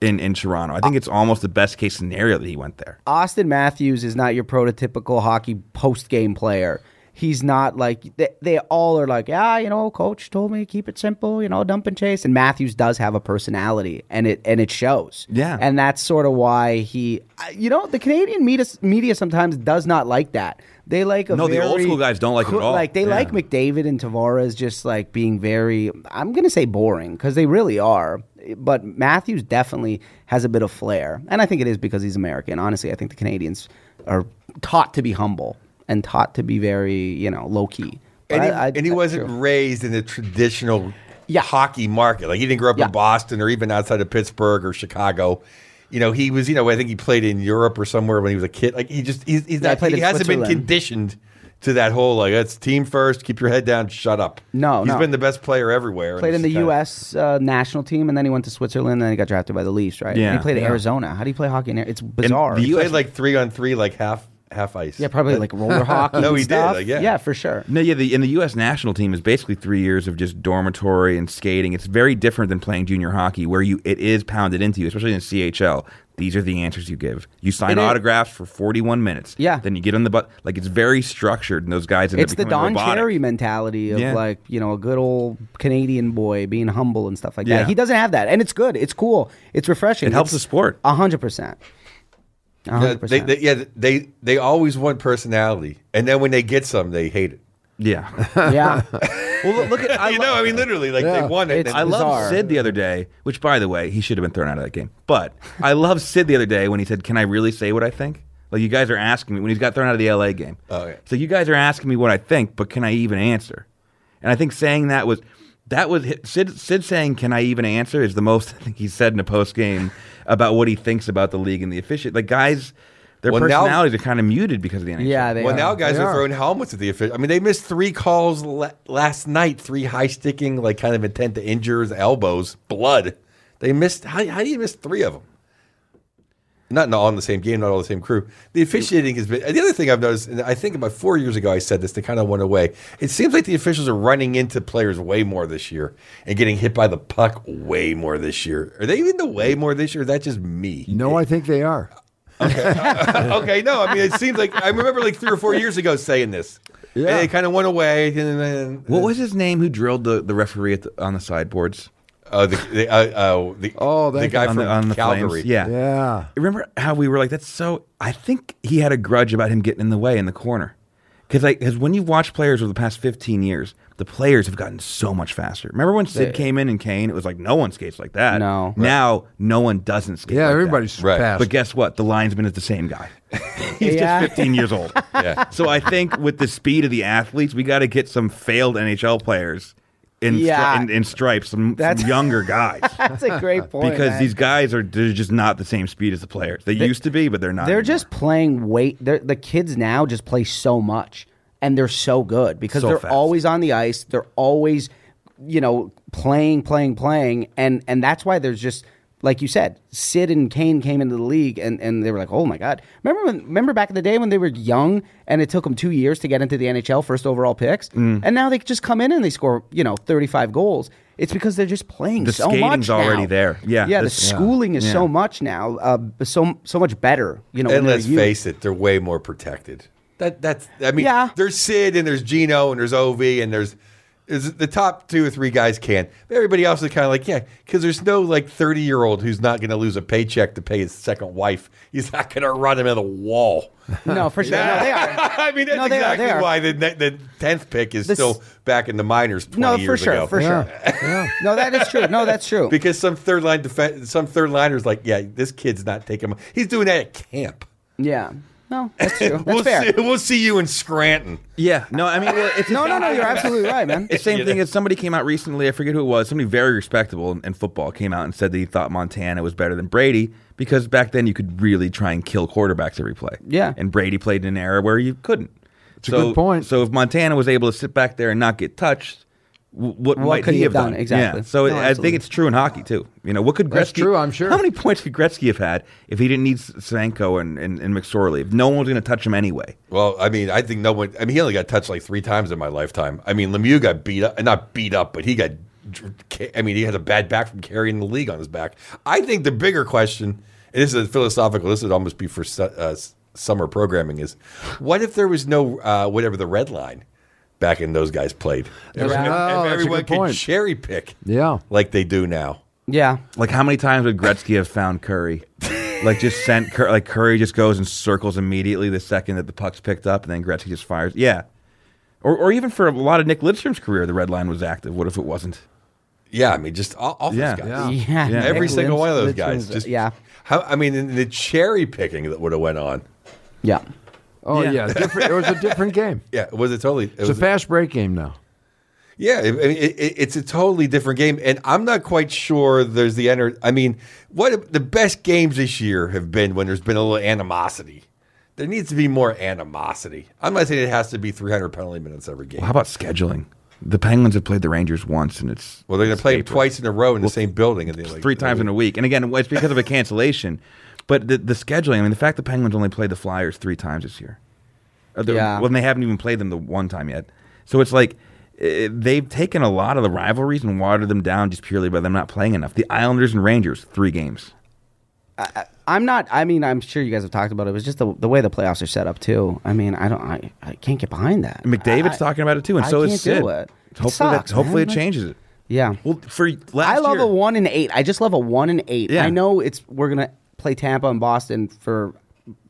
S4: in in Toronto. I think it's almost the best case scenario that he went there.
S2: Austin Matthews is not your prototypical hockey post game player. He's not like they, they all are like, yeah, you know, coach told me to keep it simple, you know, dump and chase. And Matthews does have a personality, and it and it shows.
S4: Yeah.
S2: and that's sort of why he, I- you know, the Canadian media media sometimes does not like that. They like a
S4: No, the old
S2: very
S4: school guys don't like it at
S2: cool-
S4: all.
S2: Like they
S4: Yeah.
S2: like McDavid and Tavares just like being very, I'm going to say boring because they really are. But Matthews definitely has a bit of flair. And I think it is because he's American. Honestly, I think the Canadians are taught to be humble and taught to be very, you know, low key.
S1: and he, and he wasn't raised in the traditional
S2: Yeah.
S1: hockey market. Like he didn't grow up
S2: Yeah.
S1: in Boston or even outside of Pittsburgh or Chicago. You know, he was. You know, I think he played in Europe or somewhere when he was a kid. Like he just he's, he's
S2: Yeah, he
S1: not.
S2: played
S1: He
S2: in
S1: hasn't been
S2: Switzerland.
S1: conditioned to that whole like that's team first, keep your head down, shut up.
S2: No,
S1: he's
S2: no.
S1: been the best player everywhere. and
S2: Played in
S1: it's
S2: the
S1: kinda-
S2: U.S. Uh, national team, and then he went to Switzerland, and then he got drafted by the Leafs, right?
S4: Yeah.
S2: And he played in
S4: Yeah.
S2: Arizona. How do you play hockey in Arizona? It's bizarre.
S4: the
S1: He
S4: US
S1: played like three on three, like half half ice.
S2: yeah, probably like roller hockey.
S1: No,
S2: and
S1: he did,
S2: stuff.
S1: like, yeah.
S2: yeah, for sure.
S4: No, yeah, the, and the U.S. national team is basically three years of just dormitory and skating. It's very different than playing junior hockey, where you it is pounded into you, especially in CHL. These are the answers you give. You sign
S2: It is.
S4: autographs for forty-one minutes.
S2: Yeah.
S4: Then you get on the butt. Like it's very structured, and those guys. end up
S2: it's the
S4: becoming
S2: Don
S4: robotic.
S2: Cherry mentality of
S4: Yeah.
S2: like you know a good old Canadian boy being humble and stuff like
S4: Yeah.
S2: that. He doesn't have that, and it's good. It's cool. It's refreshing.
S4: It helps
S2: It's
S4: the sport.
S2: A hundred percent. A
S1: Yeah,
S2: hundred
S1: they,
S2: percent.
S1: they, yeah, they they always want personality, and then when they get some, they hate it.
S4: Yeah.
S2: Yeah,
S4: well, look- look at I
S1: you
S4: lo-
S1: know, I mean, literally, like
S3: Yeah.
S1: they want it.
S2: It's
S1: and-
S4: I
S2: bizarre.
S4: love Sid the other day, which, by the way, he should have been thrown out of that game. But I love Sid the other day when he said, "Can I really say what I think?" Like you guys are asking me when he got thrown out of the LA game.
S1: Oh, yeah.
S4: So you guys are asking me what I think, but can I even answer? And I think saying that was that was Sid. Sid saying, "Can I even answer?" is the most I think he said in a post game about what he thinks about the league and the efficient. Like guys, their
S1: Well, now-
S4: personalities are kind of muted because of the NHL.
S2: yeah. They
S1: well,
S2: are.
S1: now guys
S3: They
S1: are,
S3: are.
S1: throwing helmets at the official. I mean, they missed three calls la- last night, three high sticking, like kind of intent to injure his elbows, blood. They missed. How, how do you miss three of them? Not in all in the same game, not all the same crew. The officiating has been. The other thing I've noticed, and I think about four years ago, I said this. They kind of went away. It seems like the officials are running into players way more this year and getting hit by the puck way more this year. Are they even the way more this year? Or is that just me?
S3: No, I think they are.
S1: okay, no, I mean it seems like I remember like three or four years ago saying this.
S3: Yeah.
S1: and it kind of went away. And then,
S4: What was his name who drilled the, the referee at the, on the sideboards?
S1: Oh, the, the, uh, uh, the,
S3: Oh,
S1: the
S3: thank
S1: guy
S3: you.
S1: from
S4: on the, on the
S1: Calgary.
S4: Flames. Yeah.
S3: Yeah.
S4: Remember how we were like, that's so. I think he had a grudge about him getting in the way in the corner. Because like, cause when you watch players over the past 15 years, the players have gotten so much faster. Remember when Sid came in and Kane, it was like, no one skates like that.
S2: No.
S4: Now, no one doesn't skate
S3: Yeah,
S4: like that.
S3: everybody's
S1: Right.
S3: fast.
S4: But guess what? The linesman is the same guy. He's
S2: Yeah.
S4: just 15 years old.
S1: Yeah.
S4: So I think with the speed of the athletes, we got to get some failed NHL players in, stri-
S2: Yeah.
S4: in, in stripes, some, some
S2: That's-
S4: younger guys.
S2: that's a great point.
S4: because
S2: man.
S4: these guys are they're just not the same speed as the players. They, used to be, but they're not.
S2: They're
S4: anymore.
S2: just playing weight. They're, the kids now just play so much, and they're so good because
S4: So
S2: they're
S4: fast.
S2: always on the ice. They're always, you know, playing, playing, playing, and and that's why there's just like you said, Sid and Kane came into the league, and and they were like, oh my god. Remember when? Remember back in the day when they were young, and it took them two years to get into the NHL first overall picks,
S4: Mm.
S2: and now they just come in and they score, you know, thirty five goals. It's because they're just playing
S4: The
S2: so much
S4: skating's already
S2: now.
S4: there. Yeah,
S2: yeah. The
S4: this- yeah.
S2: schooling is
S4: Yeah.
S2: so much now, uh, so so much better. You know,
S1: And
S2: when
S1: let's
S2: they're youth.
S1: face it, they're way more protected. That that's. I mean,
S2: Yeah.
S1: there's Sid and there's Gino and there's Ovi and there's Is the top two or three guys can. But everybody else is kind of like, yeah, because there's no like 30 year old who's not going to lose a paycheck to pay his second wife. He's not going to run him in the wall.
S2: No, for sure. No, they are.
S1: I mean, that's
S2: No, they are,
S1: exactly
S2: they are.
S1: why the, ne- the 10th pick is
S2: This-
S1: still back in the minors 20
S2: No, for
S1: years
S2: sure,
S1: ago.
S2: for sure. No, that is true. No, that's true.
S1: Because some third line defense, some third liner's like, yeah, this kid's not taking. My- He's doing that at camp.
S2: Yeah. No, that's true. That's
S1: we'll
S2: fair.
S1: see. We'll see you in Scranton.
S4: Yeah. No, I mean, well, it's
S2: No, no, no. You're absolutely right, man.
S4: It's the same
S1: Yeah.
S4: thing as somebody came out recently. I forget who it was. Somebody very respectable in, in football came out and said that he thought Montana was better than Brady because back then you could really try and kill quarterbacks every play.
S2: Yeah.
S4: and Brady played in an era where you couldn't. It's
S3: a good point.
S4: So if Montana was able to sit back there and not get touched, w- what, might
S2: could
S4: he
S2: he
S4: have
S2: have
S4: done?
S2: done? Exactly.
S4: Yeah. So
S2: No,
S4: I think
S2: absolutely.
S4: it's true in hockey too. You know, what could Gretzky?
S3: That's true, I'm sure.
S4: How many points could Gretzky have had if he didn't need Sanko and, and, and McSorley? If no one was going to touch him anyway.
S1: Well, I mean, I think no one. I mean, he only got touched like three times in my lifetime. I mean, Lemieux got beat up, not beat up, but he got. I mean, he had a bad back from carrying the league on his back. I think the bigger question, and this is philosophical. This would almost be for su- uh, s- summer programming. Is what if there was no uh, whatever the red line back in those guys played?
S3: That's-
S1: If- if
S3: oh, that's a
S1: everyone
S3: good point.
S1: could cherry pick,
S3: Yeah.
S1: like they do now.
S2: Yeah.
S4: Like how many times would Gretzky have found Curry? Like just sent Cur- like Curry just goes and circles immediately the second that the puck's picked up, and then Gretzky just fires. Yeah, or or even for a lot of Nick Lidstrom's career, the red line was active. What if it wasn't?
S1: Yeah, I mean, just all, all
S4: Yeah.
S1: those guys.
S3: Yeah.
S2: Yeah.
S4: Yeah.
S1: Every
S2: Nick
S1: single one of those
S2: Lidstrom's-
S1: guys. Just,
S2: yeah.
S1: How, I mean, and the cherry picking that would have went on.
S2: Yeah.
S3: Oh
S4: Yeah.
S3: yeah, different, it was a different game.
S1: Yeah, it was a totally. It
S3: It's a
S1: was
S3: fast break game now.
S1: yeah, it, it, it- it's a totally different game, and I'm not quite sure there's the enter. I mean, what if- the best games this year have been when there's been a little animosity. There needs to be more animosity. I'm not saying it has to be 300 penalty minutes every game.
S4: How about scheduling? The Penguins have played the Rangers once, and it's
S1: Well, they're going to
S4: it's
S1: play them
S4: April.
S1: twice in a row in the same building, and they like
S4: three times in a week. And again, it's because of a cancellation. But the, the scheduling, I mean, the fact the Penguins only played the Flyers three times this year. Uh, the-
S2: Yeah.
S4: Well, they haven't even played them the one time yet. So it's like eh, they've taken a lot of the rivalries and watered them down just purely by them not playing enough. The Islanders and Rangers, three games.
S2: I'm not. I mean, I'm sure you guys have talked about it. It was just the, the way the playoffs are set up too. I mean, I don't. I, I can't get behind that.
S4: And McDavid's
S2: I-
S4: talking about it too, and
S2: I
S4: so
S2: can't
S4: is Sid.
S2: do it. It
S4: Hopefully,
S2: sucks,
S4: that, hopefully
S2: man.
S4: it changes it.
S2: Yeah.
S4: Well, for last
S2: I love
S4: year,
S2: a one and eight. I just love a one and eight.
S4: Yeah.
S2: I know it's we're gonna play Tampa and Boston for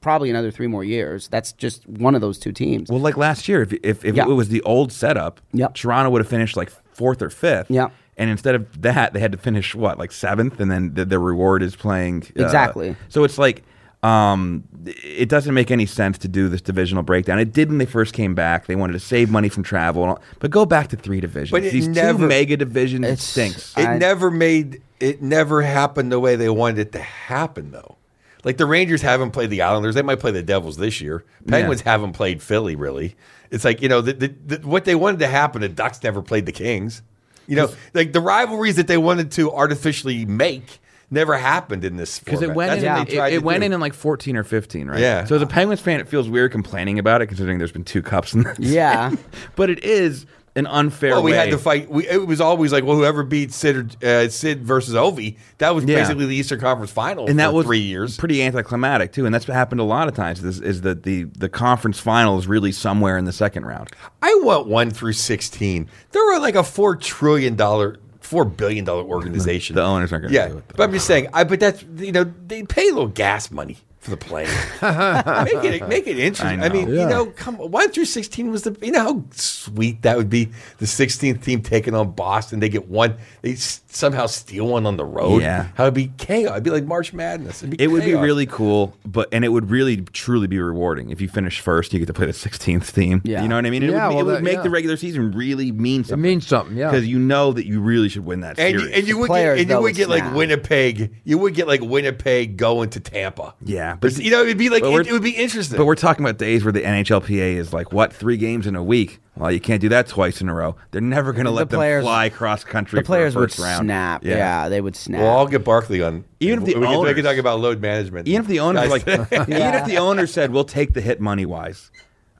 S2: probably another three more years. That's just one of those two teams.
S4: Well, like last year, if if, if
S2: Yeah.
S4: it was the old setup,
S2: Yep.
S4: Toronto would have finished like fourth or fifth.
S2: Yeah.
S4: And instead of that, they had to finish what like seventh, and then the, the reward is playing uh,
S2: Exactly.
S4: So it's like, um, it doesn't make any sense to do this divisional breakdown. It did when they first came back; they wanted to save money from travel, and all, but go back to three divisions.
S1: But it
S4: These two
S1: never-
S4: mega divisions it
S2: It's-
S4: stinks.
S1: It
S2: I-
S1: never made it never happened the way they wanted it to happen though. Like the Rangers haven't played the Islanders. They might play the Devils this year. Penguins haven't played Philly really. It's like you know the, the, the, what they wanted to happen. The Ducks never played the Kings. You know, like the rivalries that they wanted to artificially make never happened in this
S4: because
S1: because
S4: it went in,
S2: what
S4: it,
S2: they
S4: it went in in like 14 or 15 right
S1: Yeah.
S4: so as a penguins fan it feels weird complaining about it considering there's been two cups in this
S2: Yeah.
S4: but it is an unfair
S1: Well, Oh, we
S4: way
S1: had to fight. We, it was always like, well, whoever beat Sid, or, uh, Sid versus Ovi, that was
S4: Yeah.
S1: basically the Eastern Conference Final
S4: and that
S1: for
S4: was
S1: three years.
S4: pretty anticlimactic too and that's happened a lot of times is, is that the the conference final is really somewhere in the second round
S1: I want one through sixteen. There were like a four trillion dollar, four billion dollar organization.
S4: The owners aren't gonna
S1: Yeah,
S4: do it, though.
S1: but I'm just saying. I but that's you know they pay a little gas money for the plane. make it make it interesting.
S4: I
S1: I, mean,
S4: know.
S3: Yeah.
S1: you know, come on, one through sixteen was the you know how sweet that would be. The sixteenth team taking on Boston, they get one. They s- somehow steal one on the road.
S4: Yeah.
S1: how it'd be chaos. It'd be like March Madness. It'd be
S4: it would be
S1: chaos.
S4: really cool but and it would really truly be rewarding if you finish first you get to play the 16th team
S2: Yeah.
S4: you know what i mean it
S3: Yeah,
S4: would,
S3: well,
S4: it would
S3: that-
S4: make
S3: yeah.
S4: the regular season really mean something
S3: means something, yeah.
S4: because you know that you really should win that
S1: And you,
S4: series
S1: and you would
S2: players,
S1: get, and you
S2: though,
S1: would
S2: it's
S1: get like
S2: now.
S1: Winnipeg. You would get like Winnipeg going to Tampa.
S4: Yeah, but-
S1: but you know it'd be like
S4: but we're-
S1: it, it would be interesting.
S4: But we're talking about days where the NHLPA is like, what, three games in a week? Well, you can't do that twice in a row. They're never going to let
S2: players-
S4: them fly cross country.
S2: the players
S4: for a
S2: would
S4: first round.
S2: snap. Yeah. they would snap.
S1: well, I'll get Barkley on.
S4: Even if
S1: we,
S4: the
S1: can, we
S4: owners-
S1: can talk about load management.
S4: Even if the owners
S1: Guys,
S4: like, even if the owner said, we'll take the hit money wise,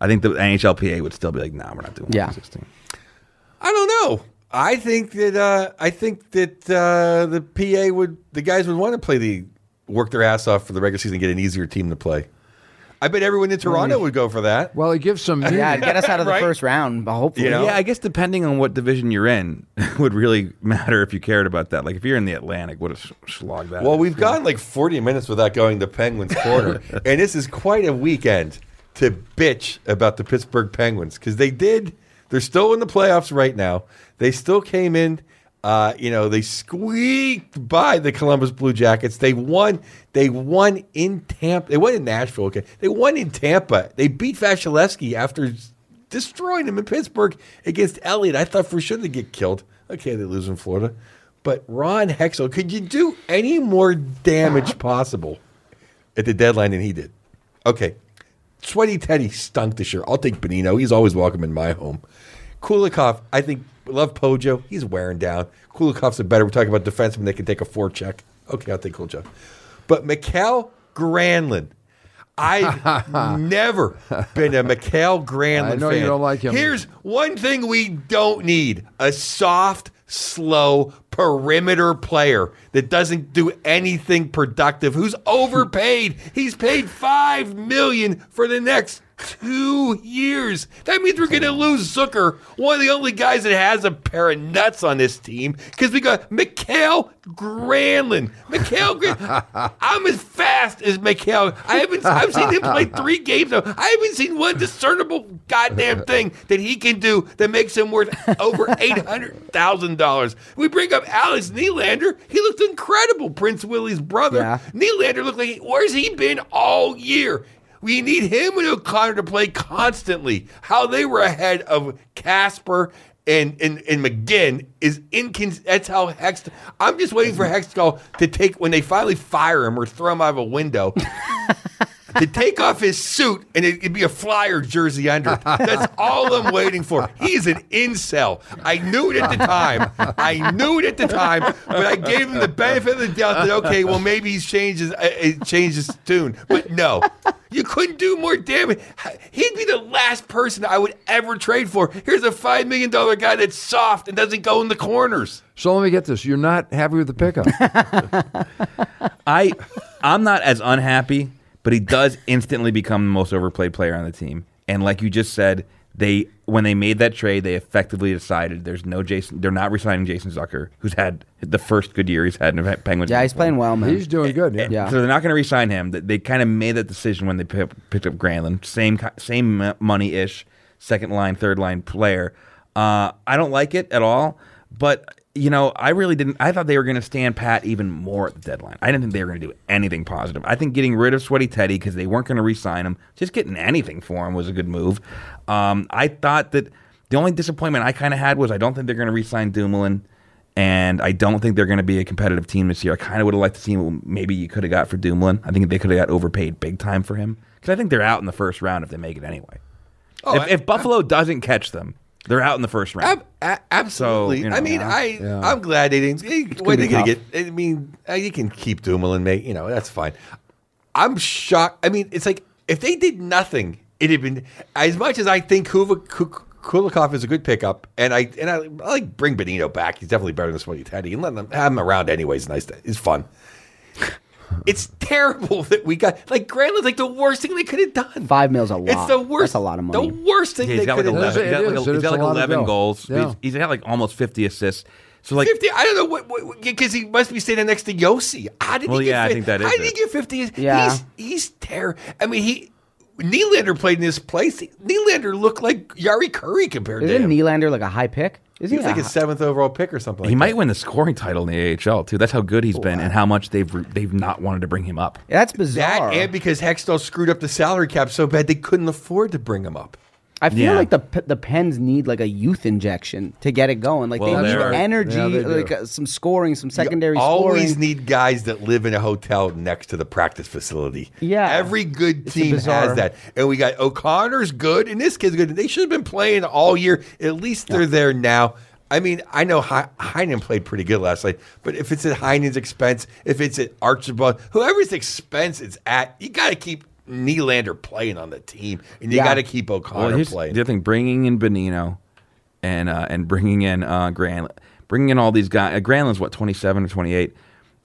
S4: I think the NHLPA would still be like, nah, we're not doing
S2: Yeah.
S4: 16.
S1: I don't know. I think that uh, I think that uh, the PA would the guys would want to play the work their ass off for the regular season, and get an easier team to play. I bet everyone in Toronto would go for that.
S3: Well, it gives some.
S2: Yeah,
S3: meaning.
S2: get us out of the
S1: Right?
S2: first round, but hopefully.
S1: You know?
S4: Yeah, I guess depending on what division you're in would really matter if you cared about that. Like if you're in the Atlantic, what a s- slog that
S1: Well,
S4: is.
S1: we've gone like 40 minutes without going to Penguins Corner, and this is quite a weekend to bitch about the Pittsburgh Penguins because they did. They're still in the playoffs right now. They still came in. Uh, you know, they squeaked by the Columbus Blue Jackets. They won. They won in Tampa. They won in Nashville. Okay, they won in Tampa. They beat Vasilevsky after destroying him in Pittsburgh against Elliott. I thought for sure they'd get killed. Okay, they lose in Florida. But Ron Hexel, could you do any more damage possible at the deadline than he did? Okay. Sweaty Teddy stunk this year. I'll take Benino. He's always welcome in my home. Kulikov, I think, love Pojo. He's wearing down. Kulikov's a better. We're talking about defensemen that can take a four check. Okay, I'll take Kulikov. But Mikhail Granlund, I've never been a Mikhail Granlund
S3: I know you
S1: fan.
S3: don't like him.
S1: Here's one thing we don't need a soft, slow perimeter player that doesn't do anything productive, who's overpaid. He's paid five million for the next two years. That means we're gonna lose Zucker, one of the only guys that has a pair of nuts on this team, because we got Mikhail Granlund. Mikhail Granlund. I'm as fast as Mikhail. I haven't I've seen him play three games now. I haven't seen one discernible goddamn thing that he can do that makes him worth over eight hundred thousand dollars. We bring up Alex Nylander. He looked incredible, Prince Willie's brother.
S2: Yeah.
S1: Nylander looked like he- where's he been all year? We need him and O'Connor to play constantly. How they were ahead of Casper and and, and McGinn is incons. That's how Hex. I'm just waiting for Hextall to take when they finally fire him or throw him out of a window to take off his suit and it, would be a flyer jersey under it. That's all I'm waiting for. He's an incel. I knew it at the time. I knew it at the time, but I gave him the benefit of the doubt that okay, well maybe he's changed his, uh, uh, changed his tune. But no, you couldn't do more damage. He'd be the last person I would ever trade for. Here's a five million dollar guy that's soft and doesn't go in the corners.
S3: So let me get this. You're not happy with the pickup.
S4: I I'm not as unhappy, but he does instantly become the most overplayed player on the team. And like you just said, they when they made that trade, they effectively decided there's no Jason. They're not resigning Jason Zucker, who's had the first good year he's had in the Penguins.
S2: Yeah, he's playing well, man.
S3: He's doing good. Yeah.
S2: Yeah.
S4: So they're not going to re-sign him. They, they kind of made that decision when they p- picked up Granlund, same ki- same money ish, second line, third line player. Uh, I don't like it at all, but you know, I really didn't. I thought they were going to stand pat even more at the deadline. I didn't think they were going to do anything positive. I think getting rid of Sweaty Teddy because they weren't going to re-sign him, just getting anything for him was a good move. Um, I thought that the only disappointment I kind of had was I don't think they're going to re-sign Dumoulin and I don't think they're going to be a competitive team this year. I kind of would have liked to see what maybe you could have got for Dumlin. I think they could have got overpaid big time for him because I think they're out in the first round if they make it anyway. if,
S3: Oh,
S1: I-
S4: if Buffalo doesn't catch them, they're out in the first round.
S1: Ab- a- absolutely.
S4: So, you know,
S1: I mean,
S4: yeah.
S1: I I'm glad they didn't. They, what are
S2: be
S1: they going to
S2: tough.
S1: get? I mean, uh, you can keep Dumoulin, mate. You know, that's fine. I'm shocked. I mean, it's like if they did nothing, it had been as much as I think Kuva, Ku- Kulikov is a good pickup, and I and I, I like bring Benito back. He's definitely better than Sweaty Teddy, and let them have him around anyways. Nice, to, it's fun. It's terrible that we got like Granlund's like the worst thing they could have done.
S2: Five mil's a lot.
S1: It's the worst.
S2: That's a lot of money.
S1: The worst thing
S4: Yeah,
S1: they
S4: he's got like
S1: could have done.
S3: That's
S4: eleven.
S3: it,
S4: He's got
S3: it is. It is a
S4: like, el- he's got like
S3: lot of
S4: eleven
S3: dough.
S4: goals.
S3: Yeah.
S4: He's, he's got like almost fifty assists. So like,
S1: 50 I don't know what- what because he must be standing next to Yossi. How did
S4: Well,
S1: he get
S4: yeah, I
S1: 50?
S4: think that
S1: How
S4: is
S1: did he
S4: it.
S1: get 50?
S2: Yeah.
S1: He's he's terrible. I mean, he Nylander played in this place. Nylander looked like Yari Curry compared to him.
S2: Isn't Nylander like a high pick? Is
S1: he was like
S2: a
S1: his seventh overall pick or something.
S4: he
S1: like
S4: might win the scoring title in the AHL too. That's how good he's been and how much they've re- they've not wanted to bring him up.
S2: That's
S1: that.
S2: bizarre.
S1: that and because Hextall screwed up the salary cap so bad they couldn't afford to bring him up.
S2: I feel
S4: Yeah.
S2: like the P- the Pens need like a youth injection to get it going. Like
S4: Well,
S2: they need
S4: they're-
S2: energy,
S3: Yeah, they do.
S2: like uh, some scoring, some
S1: You
S2: secondary
S1: always
S2: scoring.
S1: need guys that live in a hotel next to the practice facility.
S2: Yeah.
S1: every good
S2: a
S1: team has
S2: bizarre-
S1: that, and we got O'Connor's good, and this kid's good. They should have been playing all year. At least they're there now. I mean, I know he- Heinen played pretty good last night, but if it's at Heinen's expense, if it's at Archibald, whoever's expense it's at, you got to keep Nylander playing on the team, and you
S2: Yeah.
S1: got to keep O'Connor
S4: Well, here's
S1: playing.
S4: the other thing: bringing in Benino and uh, and bringing in uh, Gran, bringing in all these guys. Uh, Granlund's what twenty seven or twenty eight.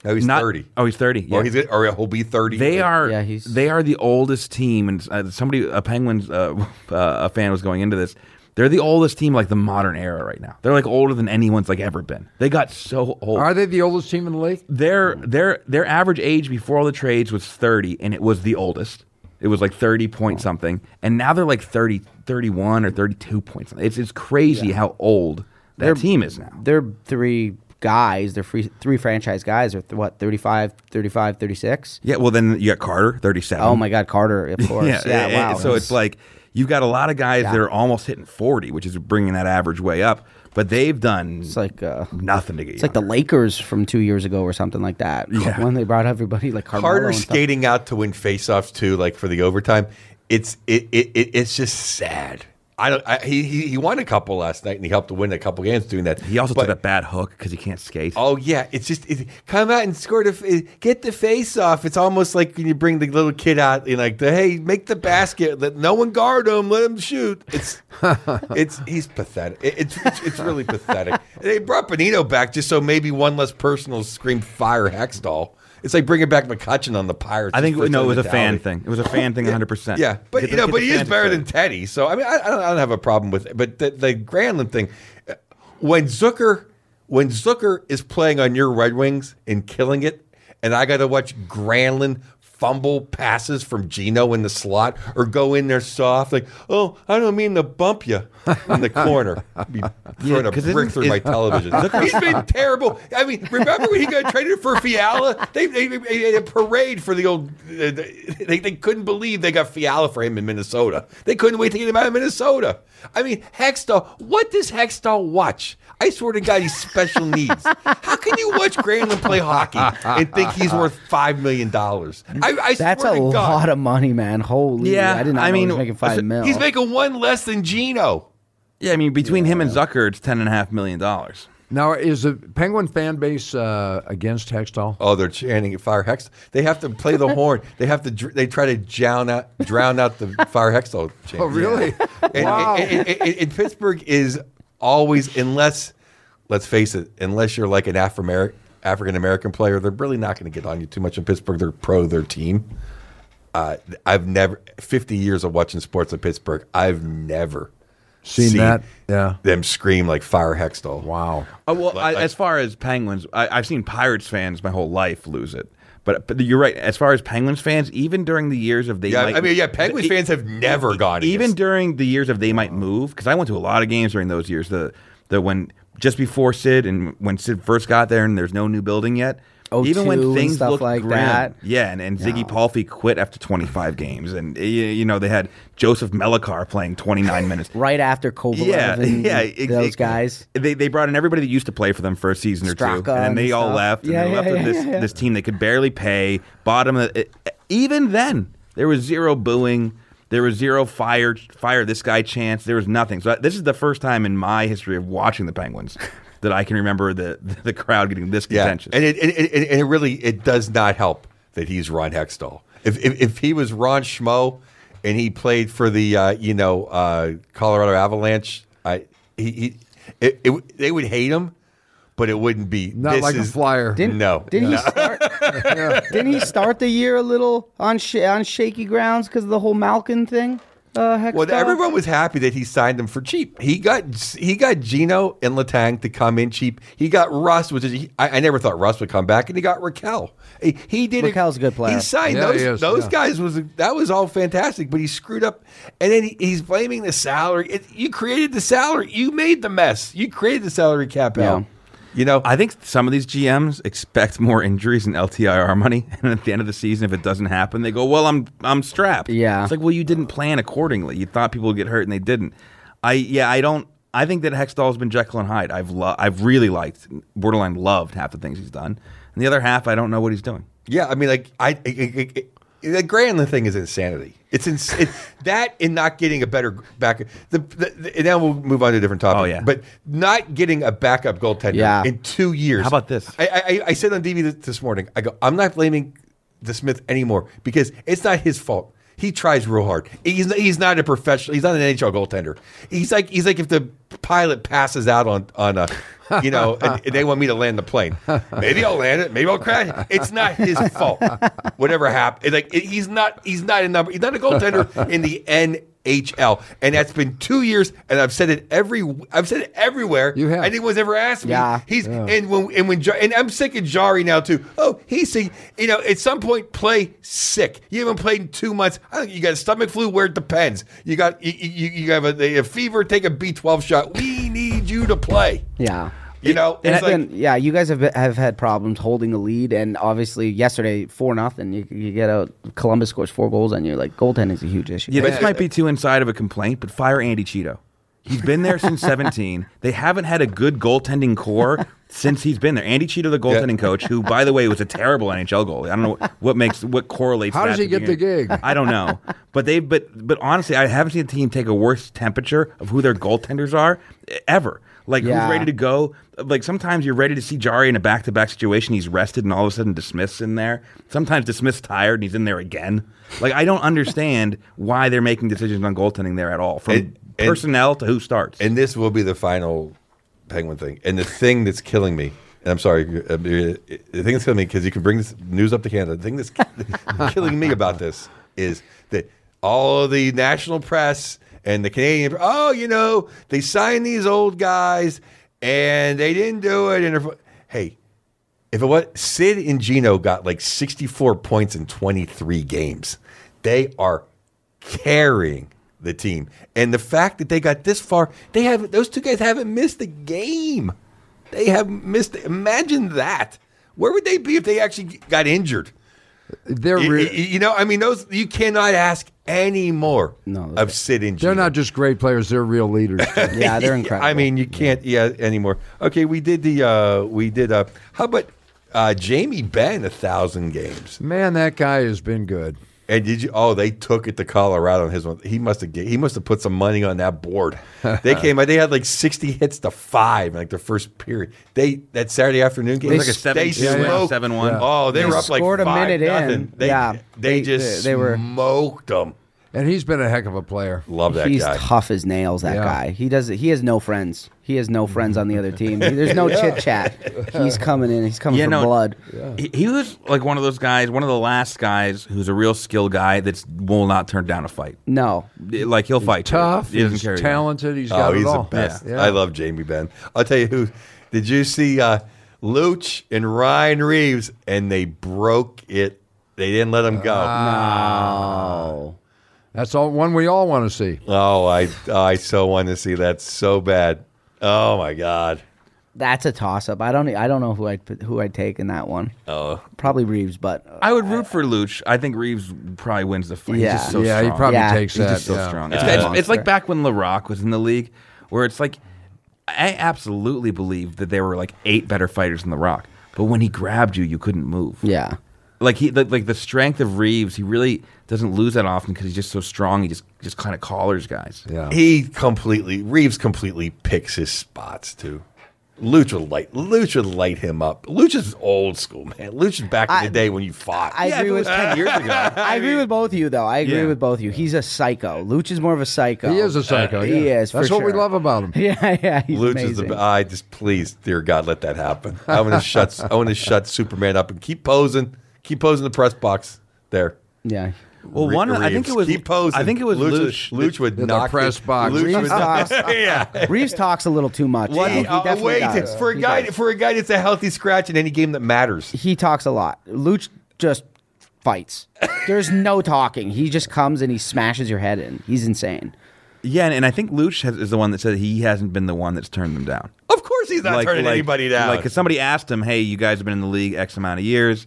S1: No, he's
S4: Not-
S1: thirty.
S4: Oh, he's thirty.
S1: Well,
S4: yeah.
S1: he's or he'll be thirty.
S4: They are
S2: Yeah, he's-
S4: they are the oldest team, and uh, somebody a Penguins uh, uh, a fan was going into this. They're the oldest team like the modern era right now. They're like older than anyone's like ever been. They got so old.
S3: Are they the oldest team in the league?
S4: their their their average age before all the trades was 30 and it was the oldest it was like 30 point something and now they're like 30 31 or 32 point something it's, it's crazy how old that team is now
S2: They're three guys, they're free, three franchise guys, are th- what, 35, 35, 36?
S4: yeah well then you got carter 37
S2: Oh my God, Carter, of course. yeah,
S4: and- and
S2: wow.
S4: so it's like you've got a lot of guys that
S2: Yeah.
S4: are almost hitting 40 which is bringing that average way up but they've done
S2: It's like uh,
S4: nothing to get
S2: it's like the Lakers from two years ago or something like that.
S4: Yeah.
S2: When they brought everybody like Carmelo
S1: Carter
S2: and stuff.
S1: skating out to win faceoffs too, like for the overtime. It's it, it, it it's just sad. I don't. I, he he he won a couple last night, and he helped to win a couple games doing that.
S4: he also
S1: But-
S4: took a bad hook because he can't skate
S1: Oh yeah, it's just it, come out and score the f- eh, get the face off. It's almost like when you bring the little kid out and like the hey, make the basket. Let no one guard him. Let him shoot. It's it's he's pathetic. It- it's, it's it's really pathetic. They brought Benito back just so maybe one less person will scream fire Hextall. It's like bringing back McCutcheon on the Pirates.
S4: I think
S1: just for
S4: no, it
S1: his
S4: was a
S1: mentality.
S4: fan thing. It was a fan thing, 100. percent
S1: Yeah, but you know, but he is better than Teddy. So I mean, I, I, don't, I don't have a problem with it. But the, the Granlund thing, uh, when Zucker, when Zucker is playing on your Red Wings and killing it, and I got to watch Granlund fumble passes from Gino in the slot or go in there soft, like, oh, I don't mean to bump you in the corner, be throwing a
S4: 'cause
S1: brick
S4: isn't-
S1: through my
S4: is-
S1: television. He's been terrible. I mean, remember when he got traded for Fiala? They they, they had a parade for the old. uh, They, they couldn't believe they got Fiala for him in Minnesota. They couldn't wait to get him out of Minnesota. I mean, Hextall. What does Hextall watch? I swear to God, he's special needs. How can you watch Granlund play hockey and think he's worth five million dollars? I, I
S2: That's a
S1: swear to God.
S2: lot of money, man. Holy,
S4: Yeah,
S2: I did not
S4: I
S2: know
S4: mean,
S2: he was making five
S4: so
S2: mil.
S1: He's making one less than Gino.
S4: Yeah, I mean, between him and Zucker, it's ten and a half million dollars.
S3: Now, is the Penguin fan base uh, against Hextall?
S1: Oh, they're chanting fire hex. They have to play the horn. They have to. dr- They try to drown out, drown out the fire hexal. Chant.
S3: Oh, really?
S1: And,
S3: wow.
S1: and- and- and- and Pittsburgh is always, unless, let's face it, unless you're like an Afro African American player, they're really not going to get on you too much in Pittsburgh. They're pro their team. Uh, I've never, 50 years of watching sports in Pittsburgh, I've never
S3: Seen that? Yeah.
S1: them scream like fire hexal.
S3: wow.
S4: Oh, well,
S1: Like-
S4: I, as far as Penguins, I, I've seen Pirates fans my whole life lose it. But, but you're right. As far as Penguins fans, even during the years of they,
S1: Yeah,
S4: might,
S1: I mean, yeah, Penguins
S4: e-
S1: fans have never gone
S4: Even
S1: against-
S4: during the years of they might move, because I went to a lot of games during those years. The the when just before Sid and when Sid first got there, and there's no new building yet.
S2: Oh,
S4: even
S2: two
S4: when
S2: and
S4: things
S2: stuff
S4: looked
S2: like
S4: grim,
S2: that.
S4: yeah, and, and Ziggy Palfy quit after 25 games, and y- you know they had Joseph Melikar playing 29 minutes.
S2: right after Kovalev
S4: Yeah,
S2: and
S4: yeah, ex-
S2: those
S4: ex-
S2: guys.
S4: They, they brought in everybody that used to play for them for a season or two,
S2: Straka
S4: and then they
S2: and
S4: all
S2: stuff.
S4: left. And
S2: Yeah,
S4: they
S2: yeah,
S4: left with
S2: yeah,
S4: this
S2: yeah.
S4: this team they could barely pay. Bottom. Of, the- even then, there was zero booing. There was zero fire fire this guy chance. There was nothing. So this is the first time in my history of watching the Penguins that I can remember the the crowd getting this contentious.
S1: And it, it, it, and it really it does not help that he's Ron Hextall. If, if, if he was Ron Schmo and he played for the uh, you know uh, Colorado Avalanche, I he, he it, it, they would hate him, but it wouldn't be
S3: Not
S1: this
S3: like a
S1: is-
S3: flyer.
S2: Didn't,
S1: No.
S2: Didn't he start? didn't he start the year a little on sh- on shaky grounds because of the whole Malkin thing? Uh, Hextall?
S1: Well, everyone was happy that he signed them for cheap. He got he got Gino and Latang to come in cheap. He got Russ, which is I, I never thought Russ would come back, and he got Raquel. He, he did.
S2: Raquel's a good player.
S1: He signed
S3: Yeah,
S1: those
S3: he is,
S1: those
S3: yeah.
S1: guys was that was all fantastic, but he screwed up, and then he, he's blaming the salary. It, you created the salary. You made the mess. You created the salary cap out.
S2: Yeah.
S1: You know,
S4: I think some of these GMs expect more injuries and LTIR money, and at the end of the season, if it doesn't happen, they go, "Well, I'm I'm strapped."
S2: Yeah.
S4: it's like, well, you didn't plan accordingly. You thought people would get hurt, and they didn't. I yeah, I don't. I think that Hextall's been Jekyll and Hyde. I've lo- I've really liked, borderline loved half the things he's done, and the other half, I don't know what he's doing.
S1: Yeah, I mean, like I, I, I, I the Granlund thing is insanity. It's ins- it, that and not getting a better back. The, the, the- and now we'll move on to a different topic.
S4: Oh, yeah.
S1: but not getting a backup goaltender
S2: Yeah.
S1: in two years.
S4: How about this?
S1: I, I, I- I said on TV this, this morning. I go, I'm not blaming the Smith anymore because it's not his fault. He tries real hard. He's he's not a professional. He's not an NHL goaltender. He's like he's like if the pilot passes out on on a, you know, and, and they want me to land the plane. Maybe I'll land it. Maybe I'll crash. it. It's not his fault. Whatever happened. Like it- he's not he's not a number. He's not a goaltender in the NHL. And that's been two years. And I've said it every. I've said it everywhere.
S3: You have.
S1: And anyone's ever asked me.
S2: Yeah.
S1: He's and when and when Ja- and I'm sick of Jari now too. Oh, he's sick. You know, at some point, play sick. You haven't played in two months. I think you got a stomach flu. Where it depends. You got you you, you have a, a fever. Take a B12 shot. We need you to play.
S2: Yeah.
S1: You know,
S2: And
S1: it's like,
S2: then, yeah, you guys have been- have had problems holding a lead, and obviously yesterday four nothing. You, you get out Columbus scores four goals, and you're like goaltending is a huge issue.
S4: Yeah, this might be too inside of a complaint, but fire Andy Cheeto. He's been there since 17. They haven't had a good goaltending core since he's been there. Andy Cheeto, the goaltending coach, who, by the way, was a terrible NHL goalie. I don't know what makes what correlates.
S3: How
S4: that
S3: does he
S4: to
S3: get the
S4: being-
S3: gig?
S4: I don't know, but they but but honestly, I haven't seen a team take a worse temperature of who their goaltenders are eh, ever. Like
S2: Yeah.
S4: who's ready to go? Like sometimes you're ready to see Jari in a back-to-back situation. He's rested, and all of a sudden Dismiss in there. Sometimes Dismiss tired, and he's in there again. Like I don't understand why they're making decisions on goaltending there at all, from
S1: And- and-
S4: personnel to who starts.
S1: and this will be the final penguin thing. And the thing that's killing me, and I'm sorry, uh, the thing that's killing me because you can bring this news up to Canada. The thing that's killing me about this is that all of the national press and the Canadian, oh, you know, they signed these old guys and they didn't do it. And if- hey. If it was Sid and Gino got like 64 points in 23 games, they are carrying the team. And the fact that they got this far, they have those two guys haven't missed a game. They have missed. Imagine that. Where would they be if they actually got injured?
S3: They're
S1: Y-
S3: re-
S1: y- you know, I mean, those you cannot ask any more
S2: No,
S1: of Sid and Gino.
S3: they're not just great players; they're real leaders. too.
S2: yeah, they're incredible.
S1: I mean, you can't yeah anymore. Okay, we did the uh we did uh how about uh Jamie Ben a thousand games.
S3: Man, that guy has been good.
S1: And did you oh they took it to Colorado on his one. He must have ga- he must have put some money on that board. They came out they had like sixty hits to five in like the first period. They that Saturday afternoon game
S2: They
S1: like a
S2: s-
S1: seven, they
S4: they yeah, yeah.
S1: smoked-
S4: 7-1.
S1: Oh, they,
S2: They
S1: were up like
S2: scored a
S1: five
S2: minute in.
S1: nothing. They,
S2: Yeah.
S1: they,
S2: They-
S1: just
S2: they- they were-
S1: smoked them.
S3: And he's been a heck of a player.
S1: Love that
S2: he's
S1: guy.
S2: tough as nails. That
S3: Yeah.
S2: guy. He does. He has no friends. He has no friends on the other team. He- There's no chit chat. He's coming in. He's coming for blood.
S4: He, he was like one of those guys, one of the last guys who's a real skill guy that will not turn down a fight.
S2: No,
S4: Like he'll fight. you.
S3: Tough,
S4: He doesn't
S3: he's
S4: care.
S3: talented. He's
S1: oh,
S3: got
S1: he's
S3: it all.
S1: the best.
S3: Yeah.
S1: I love Jamie Ben. I'll tell you who. Did you see uh, Luch and Ryan Reeves? And they broke it. They didn't let him go.
S3: Uh, That's all one we all want to see.
S1: Oh, I I so want to see that so bad. Oh my god.
S2: that's a toss up. I don't. I don't know who I would who I would take in that one.
S1: Oh,
S2: Probably Reeves, but uh,
S4: I would root for Luch. I think Reeves probably wins the fight.
S2: Yeah.
S4: He's just so
S3: yeah,
S4: strong.
S3: he probably
S2: Yeah.
S3: takes
S4: He's
S3: that.
S4: just so
S3: yeah.
S4: strong. It's,
S2: Uh,
S4: it's, it's
S2: Monster.
S4: like back when LaRock was in the league, where it's like, I absolutely believe that there were like eight better fighters than LaRock, but when he grabbed you, you couldn't move.
S2: yeah,
S4: Like he, like, like the strength of Reeves, he really doesn't lose that often because he's just so strong. He just just kind of collars guys.
S3: Yeah.
S1: he completely Reeves completely picks his spots too. Luch would light Luch would light him up. Luch is old school man. Luch is back in
S2: I-
S1: the day when you fought.
S2: I agree with.
S4: ten years ago.
S2: I agree with both of you though. I agree
S4: Yeah.
S2: with both of you. He's a psycho. Luch is more of a psycho.
S3: He is a psycho.
S2: Uh, he
S3: yeah.
S2: is, for
S3: That's what we
S2: sure.
S3: love about him.
S2: Yeah, yeah. He's
S1: Luch
S2: amazing.
S1: is the. I just please, dear God, let that happen. I want to shut. I want to shut Superman up and keep posing. Keep posing in the press box there.
S2: yeah.
S4: Well,
S1: Re-
S4: one, I think
S1: Reeves.
S4: it was.
S1: keep posing.
S4: I think it was
S1: Luch.
S4: Luch.
S1: Luch, would
S3: In the
S1: knock
S3: press
S1: it-
S3: box.
S1: Luch
S2: Reeves
S1: would
S2: talks.
S1: yeah.
S2: Reeves talks a little too much. though. He
S1: He, uh,
S2: definitely
S1: wait,
S2: does.
S1: for a
S2: He
S1: guy,
S2: does.
S1: for a guy that's a healthy scratch in any game that matters.
S2: he talks a lot. Luch just fights. There's no talking. He just comes and he smashes your head in. He's insane.
S4: Yeah, and, and I think Luch has, is the one that said he hasn't been the one that's turned them down.
S1: Of course, he's not turning anybody down.
S4: Like, 'cause somebody asked him, "Hey, you guys have been in the league X amount of years.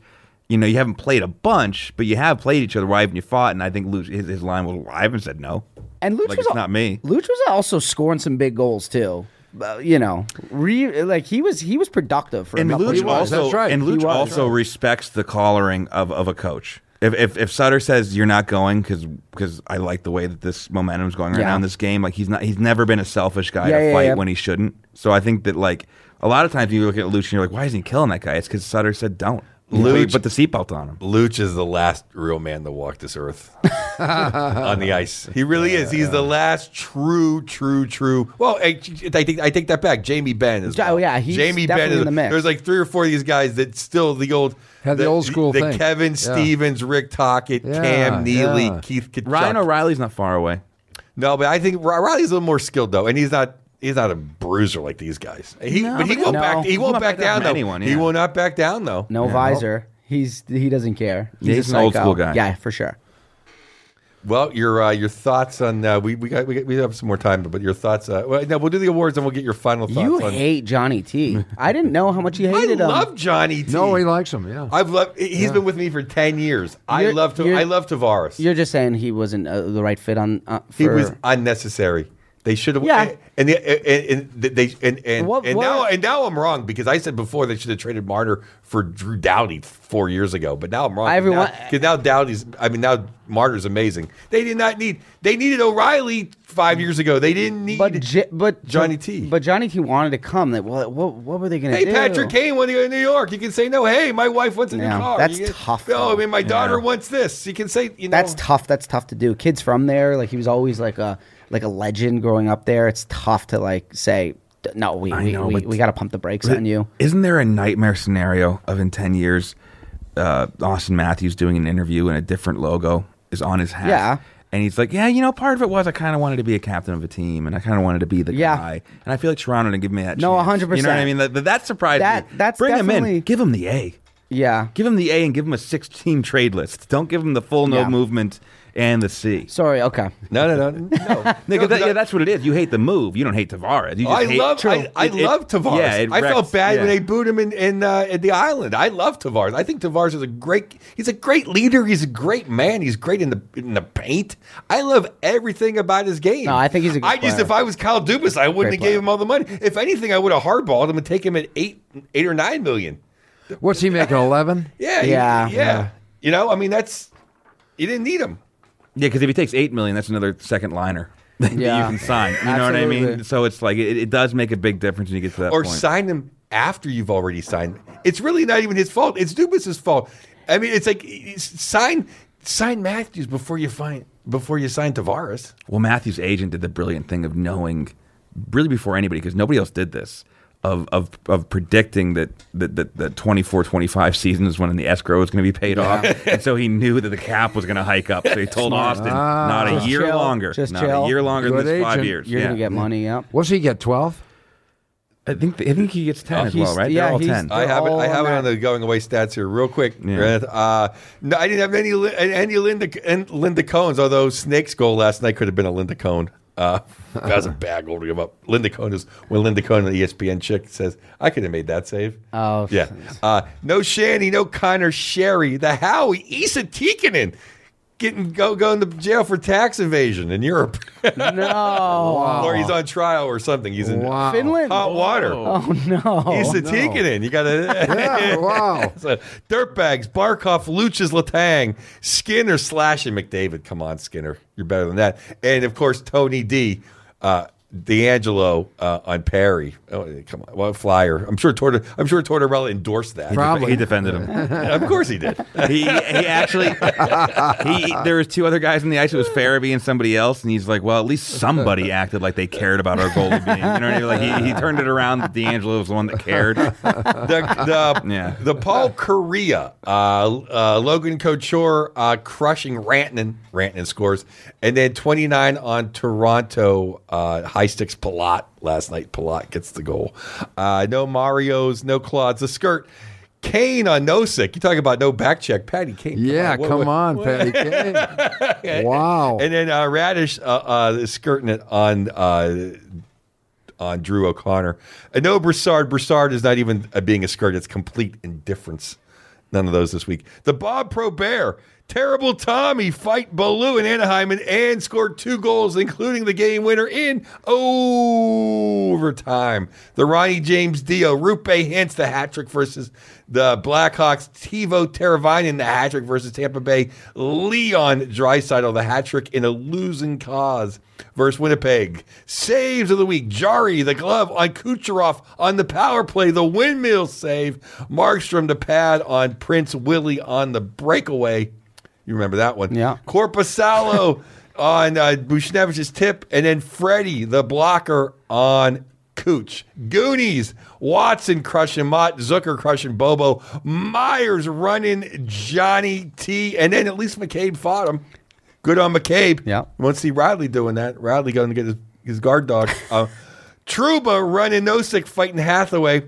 S4: You know, you haven't played a bunch, but you have played each other. Why haven't you fought?" And I think Luch, his, his line was, "I haven't said no."
S2: And Luch was
S4: Like, it's
S2: al-
S4: not me.
S2: Luch was also scoring some big goals too. Uh, you know, re- like he was he was productive for a
S4: And
S2: couple of
S4: Luch
S2: years.
S3: was,
S4: also,
S3: that's right.
S4: and
S3: He
S4: Luch
S3: was.
S4: also respects the collaring of, of a coach. If, if, if Sutter says you're not going because I like the way that this momentum's going right
S2: Yeah.
S4: now in this game, like he's not he's never been a selfish guy
S2: Yeah,
S4: to
S2: yeah,
S4: fight
S2: yeah.
S4: when he shouldn't. So I think that like a lot of times you look at Luch and you're like, why isn't he killing that guy? It's because Sutter said don't.
S1: Luch-
S4: Luch put the seatbelt on him.
S1: Luch is the last real man to walk this earth. on the ice. He really is. He's the last true, true, true. Well, I, I think I take that back. Jamie Ben is.
S2: Oh, yeah, he's
S1: Jamie Ben
S2: definitely
S1: is.
S2: in the mix.
S1: There's like three or four of these guys that still the old
S3: Have the old school
S1: the
S3: thing.
S1: Kevin
S3: Yeah.
S1: Stevens, Rick Tockett,
S3: Yeah,
S1: Cam Neely,
S3: yeah.
S1: Keith Kachuk.
S4: Ryan O'Reilly's not far away.
S1: No, but I think Ri- Riley's a little more skilled though, and he's not. He's not a bruiser like these guys. He,
S4: No,
S1: but he
S4: but
S1: won't
S2: no.
S1: back. He
S4: He
S1: won't
S4: won't
S1: back
S4: back down
S1: down.
S4: from
S1: though.
S4: anyone,
S1: He
S4: yeah.
S1: will not back down though.
S2: No visor. He's he doesn't care. He's,
S4: he's
S2: a
S4: an old
S2: psycho.
S4: school guy.
S2: Yeah, for sure.
S1: Well, your uh, your thoughts on uh, we we got we, got, we have some more time, but your thoughts. Uh, well, no, we'll do the awards and we'll get your final thoughts.
S2: You
S1: on,
S2: hate Johnny T. I didn't know how much you
S1: I
S2: hated him.
S1: love Johnny T.
S3: No, he likes him. Yeah.
S1: I've loved. He's been with me for ten years. I
S2: You're-
S1: love. To,
S2: you're-
S1: I love Tavares.
S2: You're just saying he wasn't uh, the right fit on. Uh, for,
S1: he was unnecessary. They should have.
S2: Yeah.
S1: And, the- and, and they and and,
S2: What-
S1: and
S2: what-
S1: now and now I'm wrong because I said before they should have traded Marner for Drew Dowdy four years ago, but now I'm wrong.
S2: Everyone-
S1: because now, Dowdy's. I mean now Marner's amazing. They did not need. They needed O'Reilly five years ago. They didn't need.
S2: But J- but
S1: Johnny T.
S2: But Johnny T. wanted to come. That what what, what were they going to
S1: Hey,
S2: do?
S1: Patrick Kane, when you go to New York, you can say no. Hey, my wife wants a new
S2: Yeah,
S1: car.
S2: that's
S1: You can-
S2: tough,
S1: No, I
S2: though.
S1: mean my daughter wants this. You can say you know.
S2: That's tough. That's tough to do. Kids from there, like he was always like a like a legend growing up there. It's tough to like say "D- no. We
S4: I
S2: we,
S4: know,
S2: we,
S4: but-
S2: we got to pump the brakes on you.
S4: Isn't there a nightmare scenario of in 10 years, uh, Austin Matthews doing an interview and a different logo is on his hat?
S2: Yeah.
S4: And he's like, yeah, you know, part of it was I kind of wanted to be a captain of a team, and I kind of wanted to be the
S2: Yeah.
S4: guy. And I feel like Toronto didn't give me that.
S2: No,
S4: chance.
S2: 100%.
S4: You know what I mean? That, that, that surprised
S2: That-
S4: me.
S2: that's
S4: bring him
S2: definitely-
S4: in, give him the A,
S2: Yeah.
S4: give him the A, and give him a six-team trade list. Don't give him the full no
S2: Yeah.
S4: movement and the C.
S2: Sorry. Okay.
S1: no, no, no, no.
S4: No, 'cause
S1: No,
S4: that- yeah, that's what it is. You hate the move. You don't hate Tavares. You just
S1: I
S4: hate,
S1: love I, I
S4: It- it-
S1: love Tavares.
S4: yeah, it
S1: I felt
S4: wrecks-
S1: bad when
S4: yeah.
S1: they booed him in in, uh, in the island. I love Tavares. I think Tavares is a great. He's a great leader. He's a great man. He's great in the in the paint. I love everything about his game.
S2: No, I think he's a good
S1: I just
S2: player.
S1: if I was Kyle Dubas, I wouldn't have
S2: Great
S1: gave
S2: player.
S1: him all the money. If anything, I would have hardballed him and take him at eight eight or nine million.
S3: What's he making? Eleven.
S1: Yeah, you-
S2: Yeah.
S1: yeah. You know, I mean, that's you didn't need him.
S4: Yeah, because if he takes eight million, that's another second liner that
S2: Yeah.
S4: you can sign. You know what I
S2: Absolutely.
S4: mean? So it's like it, it does make a big difference when you get to that
S1: or
S4: point.
S1: sign him after you've already signed. It's really not even his fault. It's Dubas's fault. I mean, it's like it's- sign sign Matthews before you find before you sign Tavares.
S4: well, Matthew's agent did the brilliant thing of knowing, really before anybody, because nobody else did this. Of, of, of predicting that that that the 24 25 season is when the escrow was going to be paid off. And so he knew that the cap was going to hike up. So he told Austin,
S3: Ah.
S4: not a
S2: Just
S4: year
S2: chill,
S4: longer.
S2: just
S4: not
S2: chill.
S4: a year longer
S3: Good
S4: than this five
S3: agent.
S4: years.
S2: You're
S4: yeah.
S2: gonna get money. Yep.
S3: What's he get? Twelve.
S4: I think, I think he gets 10 as
S2: He's-
S4: well, right?
S2: yeah,
S4: They're all
S2: he's-
S4: 10.
S1: I
S2: They're
S1: have it.
S2: all
S1: I have
S2: on
S1: it
S2: that.
S1: on the going away stats here, real quick.
S4: Yeah.
S1: Grant. Uh, no, I didn't have any Li- any Linda and Linda Cones. Although Snake's goal last night could have been a Linda Cone. Uh, that was a bad goal to give up. Linda Cone is when Linda Cone, the E ESPN chick, says, "I could have made that save."
S2: Oh,
S1: yeah. Uh, no Shanny, no Connor Sherry, the Howie, Issa Tikkanen. Getting go going to jail for tax evasion in Europe,
S2: No.
S1: or he's on trial or something. He's in
S3: Wow.
S2: Finland.
S1: hot water.
S2: Oh no.
S1: He's a Tikkanen. You got to.
S3: Yeah, wow.
S1: So, Dirtbags, Barkov, Luchas, Latang, Skinner, Slash, and McDavid. Come on, Skinner. You're better than that. And of course, Tony D. Uh, D'Angelo uh, on Perry. Oh, come on. Well, Flyer. I'm sure Tortor- I'm sure Tortorella endorsed that.
S3: Probably.
S4: He defended him.
S1: of course he did.
S4: he he actually he there was two other guys in the ice. It was Farabee and somebody else, and he's like, "Well, at least somebody acted like they cared about our goalie being." You know what I mean? Like he, he turned it around. D'Angelo was the one that cared.
S1: the, the,
S4: Yeah.
S1: the Paul Korea, uh, uh, Logan Couture uh, crushing Rantanen. Rantanen scores. And then 29 on Toronto, uh, high sticks Palat last night. Palat gets the goal. Uh, no Marios, no Claudes. The skirt. Kane on Nosik. You talk about no back check. Patty Kane.
S3: Yeah,
S1: what-
S3: come
S1: what-
S3: on, Patty Kane. wow.
S1: And then uh, Radish uh, uh, is skirting it on uh, on Drew O'Connor. And no Broussard. Broussard is not even uh, being a skirt. It's complete indifference. None of those this week. The Bob Probert, terrible Tommy fight Baloo in Anaheim and, and scored two goals, including the game winner in overtime. The Ronnie James Dio, Rupe Hintz, the hat trick versus the Blackhawks. Tivo Teravainen, the hat trick versus Tampa Bay. Leon Dreisaitl, the hat trick in a losing cause versus Winnipeg. Saves of the week. Jari, the glove on Kucherov on the power play, the windmill save. Markstrom, the pad on Prince Willie on the breakaway. You remember that one?
S2: Yeah.
S1: Corpusalo on uh, Bushnevich's tip, and then Freddie, the blocker, on Cooch. Goonies, Watson crushing Mott, Zucker crushing Bobo, Myers running Johnny T, and then at least McCabe fought him. Good on McCabe.
S2: Yeah.
S1: You won't see Riley doing that. Riley going to get his, his guard dog. Uh, Truba running Nosek fighting Hathaway.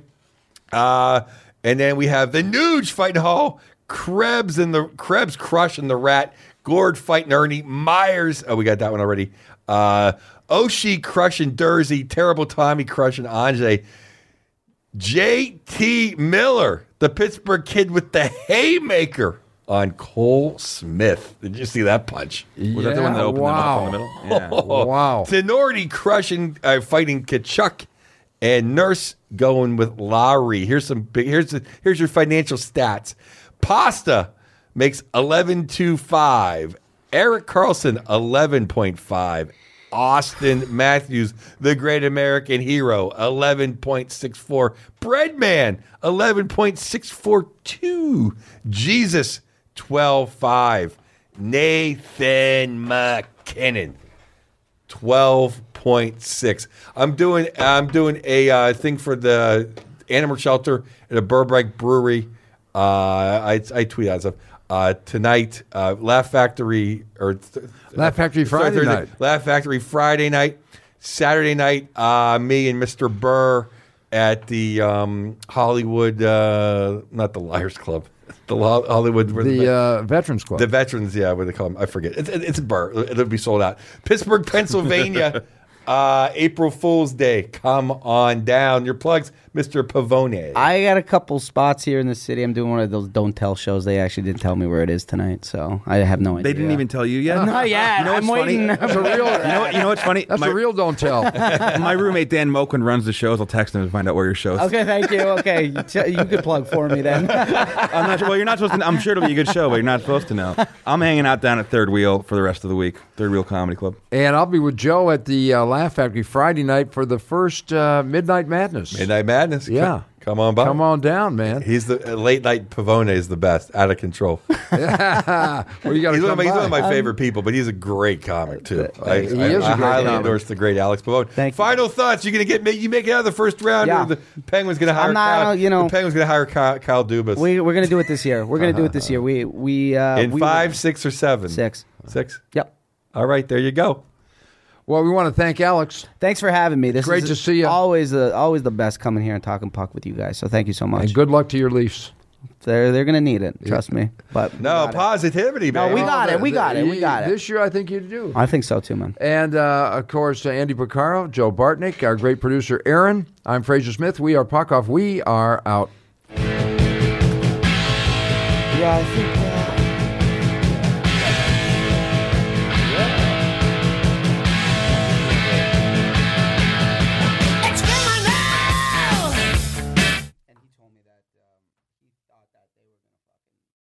S1: Uh, and then we have the Nuge fighting Hall, Krebs and the Krebs crushing the Rat, Gord fighting Ernie, Myers. Oh, we got that one already. Uh, Oshi crushing Dersey, Terrible Tommy crushing Anjay. JT Miller, the Pittsburgh kid with the haymaker on Cole Smith. Did you see that punch?
S4: Was that the one that
S3: Yeah,
S4: opened
S3: wow.
S4: them up in the middle? Oh, Yeah.
S3: Wow.
S1: Tenorti crushing, uh, fighting Kachuk, and Nurse going with Lowry. Here's some big. Here's the, here's your financial stats. Pasta makes eleven two five. Eric Carlson eleven point five. Austin Matthews, the great American hero, eleven point six four. Breadman, eleven point six four two. Jesus, twelve five. Nathan McKinnon, 12.6 i'm doing i'm doing a uh, thing for the animal shelter at a burbank brewery uh, I, I tweet out stuff uh, tonight uh, laugh factory or th-
S3: Laugh Factory
S1: sorry,
S3: Friday
S1: Thursday-
S3: night.
S1: laugh factory friday night saturday night uh, me and mr burr at the um, hollywood uh, not the liars club the Lo- hollywood
S3: The uh, Veterans Club.
S1: the veterans, yeah, what do they call them? I forget. It's, it's a burr. It'll be sold out. Pittsburgh, Pennsylvania, uh, April Fool's Day. Come on down. Your plugs, Mr. Pavone.
S2: I got a couple spots here in the city. I'm doing one of those don't tell shows. They actually didn't tell me where it is tonight, so I have no idea.
S4: They didn't even tell you yet.
S2: Not yet.
S4: You know
S2: I'm
S4: what's funny?
S2: waiting.
S3: That's a real.
S4: You know, what- you know what's funny?
S3: that's
S4: my,
S3: a real don't tell.
S4: my roommate Dan Moquin runs the shows. I'll text him and find out where your show is.
S2: Okay, thank you. Okay, you, t- you could plug for me then.
S4: I'm not, well, you're not supposed to. I'm sure it'll be a good show, but you're not supposed to know. I'm hanging out down at Third Wheel for the rest of the week. Third Wheel Comedy Club.
S3: and I'll be with Joe at the uh, Laugh Factory Friday night for the first uh, Midnight Madness.
S1: Midnight Madness.
S3: Yeah.
S1: Come, come on by.
S3: Come on down, man.
S1: He's the uh, late night Pavone is the best, out of control.
S3: Well, you got to
S1: He's one,
S3: come
S1: of my, he's one
S3: by.
S1: of
S2: Um,
S1: my favorite people, but he's a great comic too. I,
S3: He
S1: I-
S3: is a
S1: I
S3: great
S1: highly
S3: comic.
S1: endorse the great Alex Pavone.
S2: Thank you.
S1: Final thoughts: You gonna get ma- you make it out of the first round,
S2: Yeah.
S1: or the Penguins gonna hire
S2: I'm not- I
S1: Kyle,
S2: don't- you know-
S1: the Penguins gonna hire Kyle, Kyle Dubas
S2: we, we're gonna do it this year. We're gonna do it this year. We we uh,
S1: in
S2: we-
S1: five, six, or seven?
S2: Six.
S1: six.
S2: Yep.
S1: All right, there you go.
S3: well, we want to thank Alex.
S2: Thanks for having me. This
S3: Great
S2: is
S3: to see you.
S2: Always the always the best coming here and talking puck with you guys. So thank you so much.
S3: And good luck to your Leafs.
S2: They're they're gonna need it. Trust me. But
S1: No,
S2: we got it.
S1: positivity,
S2: No,
S1: baby.
S2: we got it. We got it. We got it.
S3: This year, I think you do.
S2: I think so too, man.
S3: And uh, of course, uh, Andy Picaro, Joe Bartnick, our great producer Aaron. I'm Fraser Smith. We are Puckoff. We are out.
S2: Yeah, I think. Uh,